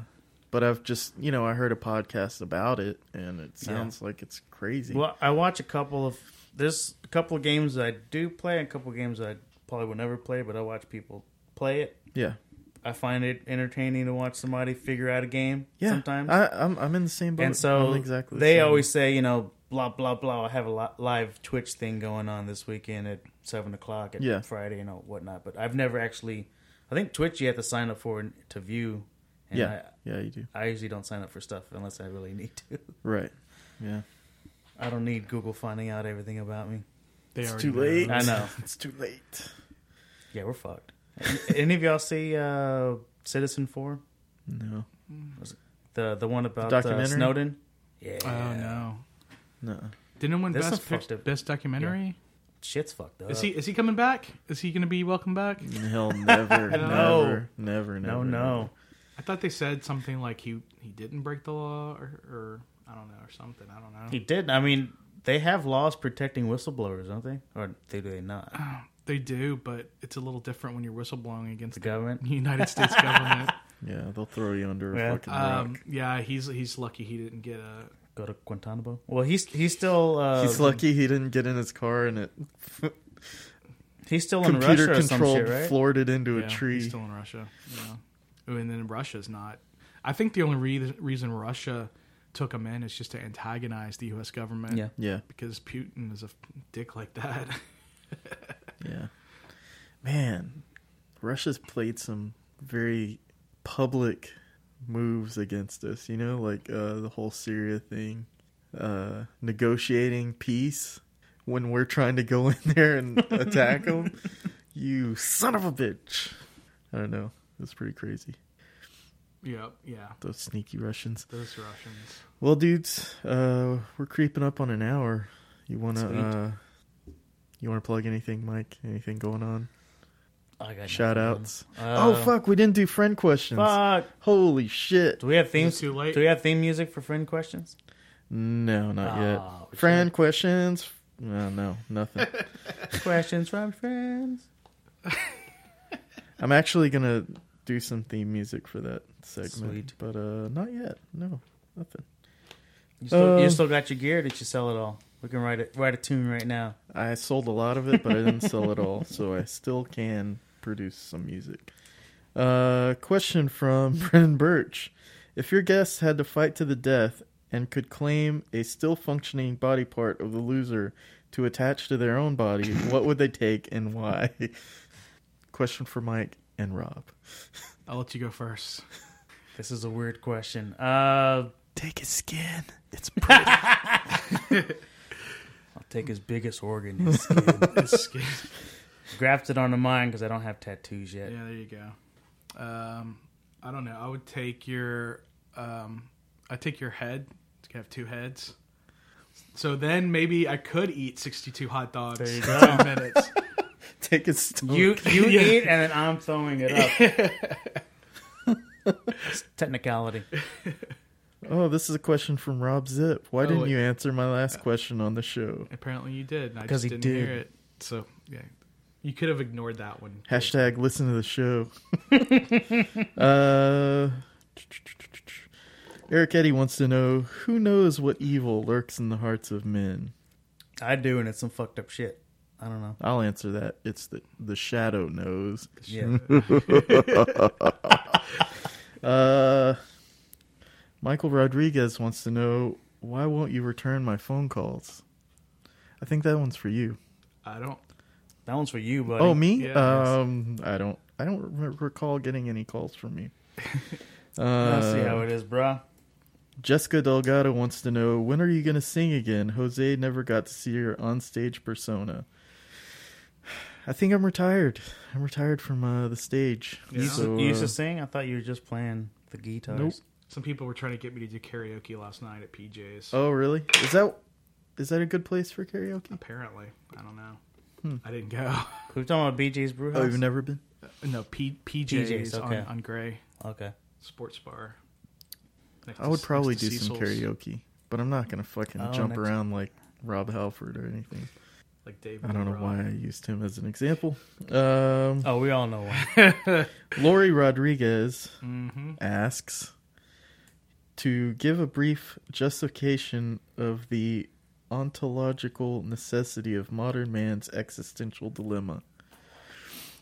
Speaker 1: but I've just you know I heard a podcast about it and it
Speaker 2: Yeah.
Speaker 1: sounds like it's crazy.
Speaker 2: Well, I watch a couple of there's a couple of games that I do play, and a couple of games that I probably would never play, but I watch people play it.
Speaker 1: Yeah,
Speaker 2: I find it entertaining to watch somebody figure out a game
Speaker 1: yeah.
Speaker 2: sometimes.
Speaker 1: I, I'm I'm in the same boat.
Speaker 2: and so
Speaker 1: I'm exactly the
Speaker 2: they
Speaker 1: same.
Speaker 2: always say, you know, blah blah blah. I have a li- live Twitch thing going on this weekend at seven o'clock at
Speaker 1: Yeah.
Speaker 2: Friday and all- whatnot. But I've never actually. I think Twitch you have to sign up for to view. And
Speaker 1: yeah yeah you do
Speaker 2: I, I usually don't sign up for stuff unless I really need to.
Speaker 1: right yeah
Speaker 2: I don't need Google finding out everything about me.
Speaker 3: they
Speaker 1: it's
Speaker 3: already
Speaker 1: too
Speaker 3: know.
Speaker 1: late
Speaker 2: I know.
Speaker 1: it's too late
Speaker 2: Yeah, we're fucked. Any of y'all see uh, Citizen Four,
Speaker 1: no
Speaker 2: the the one about
Speaker 1: The
Speaker 2: uh,
Speaker 1: documentary?
Speaker 2: Snowden? Yeah.
Speaker 3: Oh no!
Speaker 1: no
Speaker 3: Didn't it win
Speaker 2: There's some
Speaker 3: best
Speaker 2: fucked
Speaker 3: pic-
Speaker 2: up-
Speaker 3: best documentary?
Speaker 2: Shit's fucked up.
Speaker 3: Is he is he coming back? Is he going to be welcome back?
Speaker 1: hell never
Speaker 2: No.
Speaker 1: never never never
Speaker 2: no,
Speaker 1: never.
Speaker 2: no.
Speaker 3: I thought they said something like he he didn't break the law or, or I don't know or something. I don't know.
Speaker 2: He did. I mean, they have laws protecting whistleblowers, don't they? Or they do they not?
Speaker 3: They do, but it's a little different when you're whistleblowing against
Speaker 2: The
Speaker 3: the
Speaker 2: government.
Speaker 3: United States government.
Speaker 1: yeah they'll throw you under a
Speaker 2: Yeah.
Speaker 1: fucking rock.
Speaker 3: Um, yeah, he's he's lucky he didn't get a.
Speaker 2: Go to Guantanamo. Well, he's he's still uh,
Speaker 1: He's lucky he didn't get in his car and it
Speaker 2: he's still in
Speaker 1: computer
Speaker 2: Russia or some
Speaker 1: controlled
Speaker 2: shit, right?
Speaker 1: floored it into
Speaker 3: yeah,
Speaker 1: a
Speaker 3: He's
Speaker 1: tree.
Speaker 3: still in Russia. Yeah. Ooh, and then Russia's not. I think the only re- reason Russia took him in is just to antagonize the U.S. government.
Speaker 2: Yeah.
Speaker 1: Yeah,
Speaker 3: Because Putin is a f- dick like that.
Speaker 1: yeah. Man, Russia's played some very public moves against us, you know, like uh, the whole Syria thing, uh, negotiating peace when we're trying to go in there and attack them. You son of a bitch. I don't know. It's pretty crazy.
Speaker 3: yep. Yeah.
Speaker 1: Those sneaky Russians.
Speaker 3: Those Russians.
Speaker 1: Well, dudes, uh, we're creeping up on an hour. You wanna
Speaker 2: Sweet.
Speaker 1: uh, you wanna plug anything, Mike? Anything going on?
Speaker 2: Oh, I got
Speaker 1: Shout
Speaker 2: nothing.
Speaker 1: outs.
Speaker 2: Uh,
Speaker 1: oh fuck, we didn't do friend questions.
Speaker 2: Fuck.
Speaker 1: Holy shit!
Speaker 2: Do we have
Speaker 3: Is
Speaker 2: themes?
Speaker 3: it too late?
Speaker 2: Do we have theme music for friend questions?
Speaker 1: No, not
Speaker 2: Oh,
Speaker 1: yet. Friend questions? No, no, nothing.
Speaker 2: questions from friends.
Speaker 1: I'm actually gonna do some theme music for that segment,
Speaker 2: Sweet.
Speaker 1: but uh, not yet. No, nothing.
Speaker 2: You still, you
Speaker 1: Um,
Speaker 2: still got your gear? or Did you sell it all? We can write a, write a tune right now.
Speaker 1: I sold a lot of it, but I didn't sell it all, so I still can produce some music. Uh, question from Brennan Birch: If your guests had to fight to the death and could claim a still functioning body part of the loser to attach to their own body, what would they take and why? question for Mike and Rob:
Speaker 3: I'll let you go first.
Speaker 2: This is a weird question. Uh,
Speaker 1: Take his skin. It's
Speaker 2: I'll take his biggest organ, his skin.
Speaker 3: It's scary.
Speaker 2: Graft it onto mine because I don't have tattoos yet.
Speaker 3: Yeah, there you go. Um, I don't know. I would take your, um, I take your head. You can have two heads. So then maybe I could eat sixty-two hot dogs
Speaker 2: There you
Speaker 3: in
Speaker 2: go.
Speaker 3: ten minutes.
Speaker 1: take his stomach.
Speaker 2: You you
Speaker 3: Yeah.
Speaker 2: eat and then I'm throwing it up. It's technicality.
Speaker 1: oh, this is a question from Rob Zip. Why
Speaker 3: Oh,
Speaker 1: didn't
Speaker 3: wait.
Speaker 1: you answer my last question on the show?
Speaker 3: Apparently you did. and I
Speaker 2: 'Cause
Speaker 3: just
Speaker 2: he
Speaker 3: didn't
Speaker 2: did.
Speaker 3: hear it. So yeah, You could have ignored that one.
Speaker 1: Hashtag listen to the show. uh, Eric Eddy wants to know who knows what evil lurks in the hearts of men.
Speaker 2: I do, and it's some fucked up shit. I don't know.
Speaker 1: I'll answer that. It's the the shadow knows.
Speaker 2: Yeah.
Speaker 1: Uh, Michael Rodriguez wants to know why won't you return my phone calls? I think that one's for you.
Speaker 3: I don't.
Speaker 2: that one's for you, buddy.
Speaker 1: Oh me?
Speaker 3: Yeah, yes.
Speaker 1: um, I don't. I don't re- recall getting any calls from you.
Speaker 2: I see
Speaker 1: Uh,
Speaker 2: how it is, bruh.
Speaker 1: Jessica Delgado wants to know when are you going to sing again? Jose never got to see your onstage persona. I think I'm retired. I'm retired from uh, the stage.
Speaker 2: You,
Speaker 3: You Yeah.
Speaker 2: used
Speaker 1: So,
Speaker 2: to, you used
Speaker 1: uh,
Speaker 2: to sing? I thought you were just playing the guitars.
Speaker 1: Nope.
Speaker 3: Some people were trying to get me to do karaoke last night at PJ's.
Speaker 1: oh, really? Is that is that a good place for karaoke?
Speaker 3: Apparently, I don't know.
Speaker 1: Hmm.
Speaker 3: I didn't go.
Speaker 2: Who we talking about BJ's Brew
Speaker 1: Oh,
Speaker 2: House?
Speaker 1: you've never been?
Speaker 3: No, P- PJ's,
Speaker 2: PJ's, okay.
Speaker 3: on, on Gray
Speaker 2: okay.
Speaker 3: Sports Bar. Next
Speaker 1: I
Speaker 3: to-
Speaker 1: would probably
Speaker 3: next to
Speaker 1: do some
Speaker 3: Cecil's,
Speaker 1: karaoke, but I'm not going to fucking
Speaker 2: Oh,
Speaker 1: jump
Speaker 2: next-
Speaker 1: around like Rob Halford or anything.
Speaker 3: Like David.
Speaker 1: I don't know
Speaker 3: Roth.
Speaker 1: why I used him as an example. Um,
Speaker 2: Oh, we all know why.
Speaker 1: Lori Rodriguez
Speaker 3: Mhm.
Speaker 1: asks to give a brief justification of the ontological necessity of modern man's existential dilemma.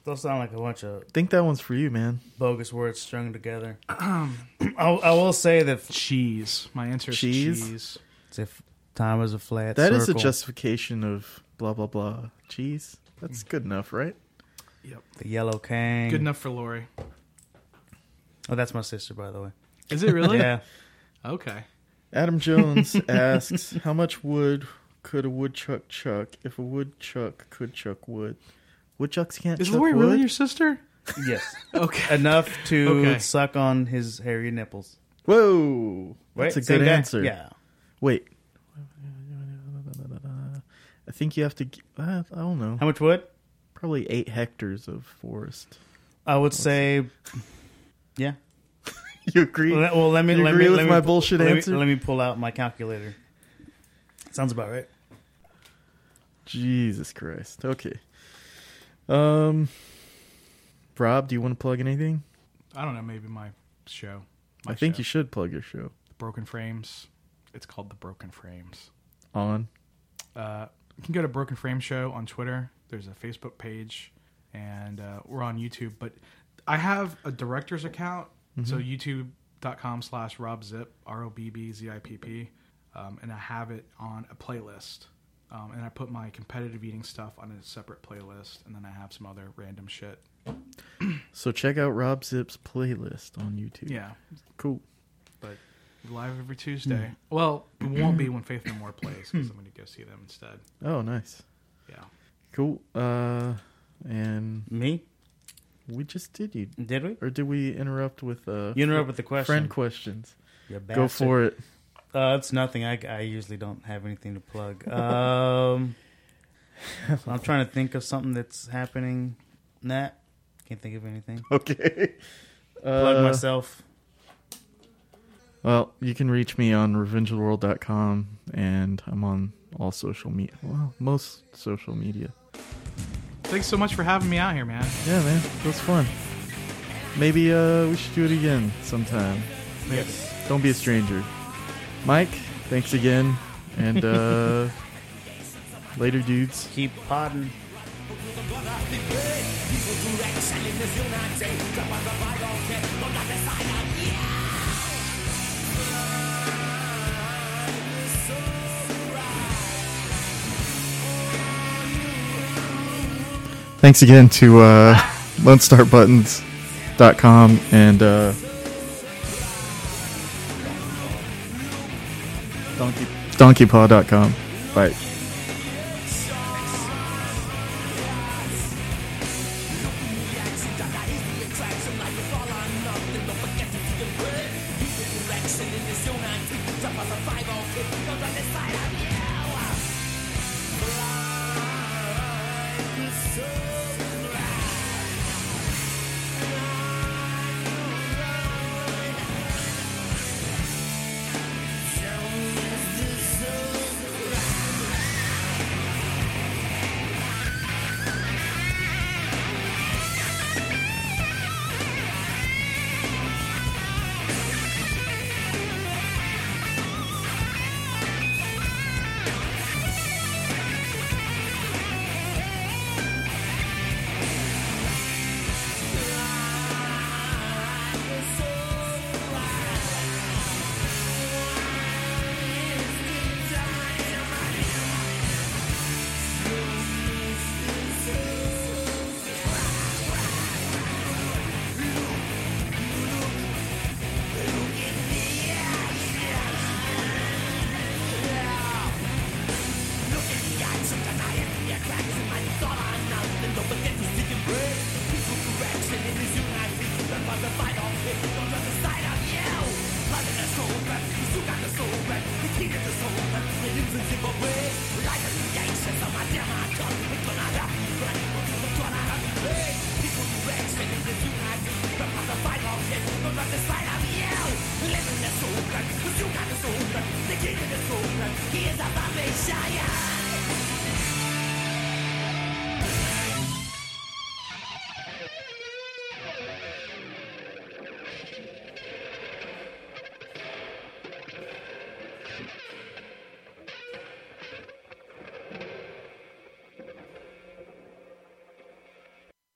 Speaker 2: Those sound like a bunch of
Speaker 1: think that one's for you, man.
Speaker 2: bogus words strung together. I, I will say that
Speaker 3: Cheese. My answer is
Speaker 1: Cheese?
Speaker 3: cheese.
Speaker 2: it's if time is a flat
Speaker 1: That is a
Speaker 2: circle,
Speaker 1: justification of blah blah blah. Cheese. That's good enough, right?
Speaker 2: the yellow cane.
Speaker 3: Good enough for Lori.
Speaker 2: Oh, that's my sister, by the way.
Speaker 3: Is it really?
Speaker 2: Yeah.
Speaker 3: Okay.
Speaker 1: Adam Jones asks, "How much wood could a woodchuck chuck if a woodchuck could chuck wood? Woodchucks can't
Speaker 3: Is
Speaker 1: chuck
Speaker 3: Lori
Speaker 1: wood.
Speaker 3: really your sister?
Speaker 2: yes.
Speaker 3: Okay.
Speaker 2: Enough to
Speaker 3: Okay.
Speaker 2: suck on his hairy nipples.
Speaker 1: Whoa,
Speaker 2: Right?
Speaker 1: that's a
Speaker 2: Same
Speaker 1: good
Speaker 2: guy?
Speaker 1: answer.
Speaker 2: Yeah.
Speaker 1: Wait, I think you have to. g- I I don't know.
Speaker 2: How much wood?
Speaker 1: Probably eight hectares of forest.
Speaker 2: I would say. Yeah.
Speaker 1: You agree?
Speaker 2: Well, let- well, let me
Speaker 1: You
Speaker 2: let
Speaker 1: agree
Speaker 2: me,
Speaker 1: with
Speaker 2: let me
Speaker 1: my
Speaker 2: pu-
Speaker 1: bullshit
Speaker 2: let me-
Speaker 1: answer?
Speaker 2: let me pull out my calculator. Sounds about right.
Speaker 1: Jesus Christ. Okay. Um, Rob, do you want to plug anything?
Speaker 3: I don't know. Maybe my show. My
Speaker 1: I think
Speaker 3: show.
Speaker 1: you should plug your show
Speaker 3: Broken Frames. It's called The Broken Frames.
Speaker 1: on.
Speaker 3: Uh, you can go to Broken Frame Show on Twitter. There's a Facebook page, and uh, we're on YouTube. But I have a director's account,
Speaker 1: Mm-hmm.
Speaker 3: so youtube.com slash Rob Zip, R O B B Z I P P, um, and I have it on a playlist. Um, and I put my competitive eating stuff on a separate playlist, and then I have some other random shit.
Speaker 1: So check out Rob Zip's playlist on YouTube.
Speaker 3: Yeah,
Speaker 1: Cool.
Speaker 3: but live every Tuesday. Well, it won't be when Faith No More plays, because I'm going to go see them instead.
Speaker 1: Oh, nice.
Speaker 3: Yeah.
Speaker 1: Cool. Uh, and
Speaker 2: Me?
Speaker 1: we just did you,
Speaker 2: Did we?
Speaker 1: or did we interrupt with uh?
Speaker 2: You interrupt with the question.
Speaker 1: friend questions.
Speaker 2: You
Speaker 1: Go
Speaker 2: bastard.
Speaker 1: for it.
Speaker 2: Uh, it's nothing. I, I usually don't have anything to plug. Um, I'm trying to think of something that's happening. Nah, can't think of anything.
Speaker 1: Okay.
Speaker 2: Plug
Speaker 1: Uh,
Speaker 2: myself.
Speaker 1: Well, you can reach me on revengeoftheworld.com, and I'm on all social media. Well, most social media.
Speaker 3: Thanks so much for having me out here, man.
Speaker 1: Yeah, man, it was fun. Maybe uh, we should do it again sometime.
Speaker 2: Yes.
Speaker 1: Don't be a stranger. Mike, thanks again, and uh, later, dudes.
Speaker 2: Keep podding.
Speaker 1: Thanks again to uh, LoneStarButtons.com and uh, Donkey DonkeyPaw.com. Bye.
Speaker 4: He is a puppet, Shia!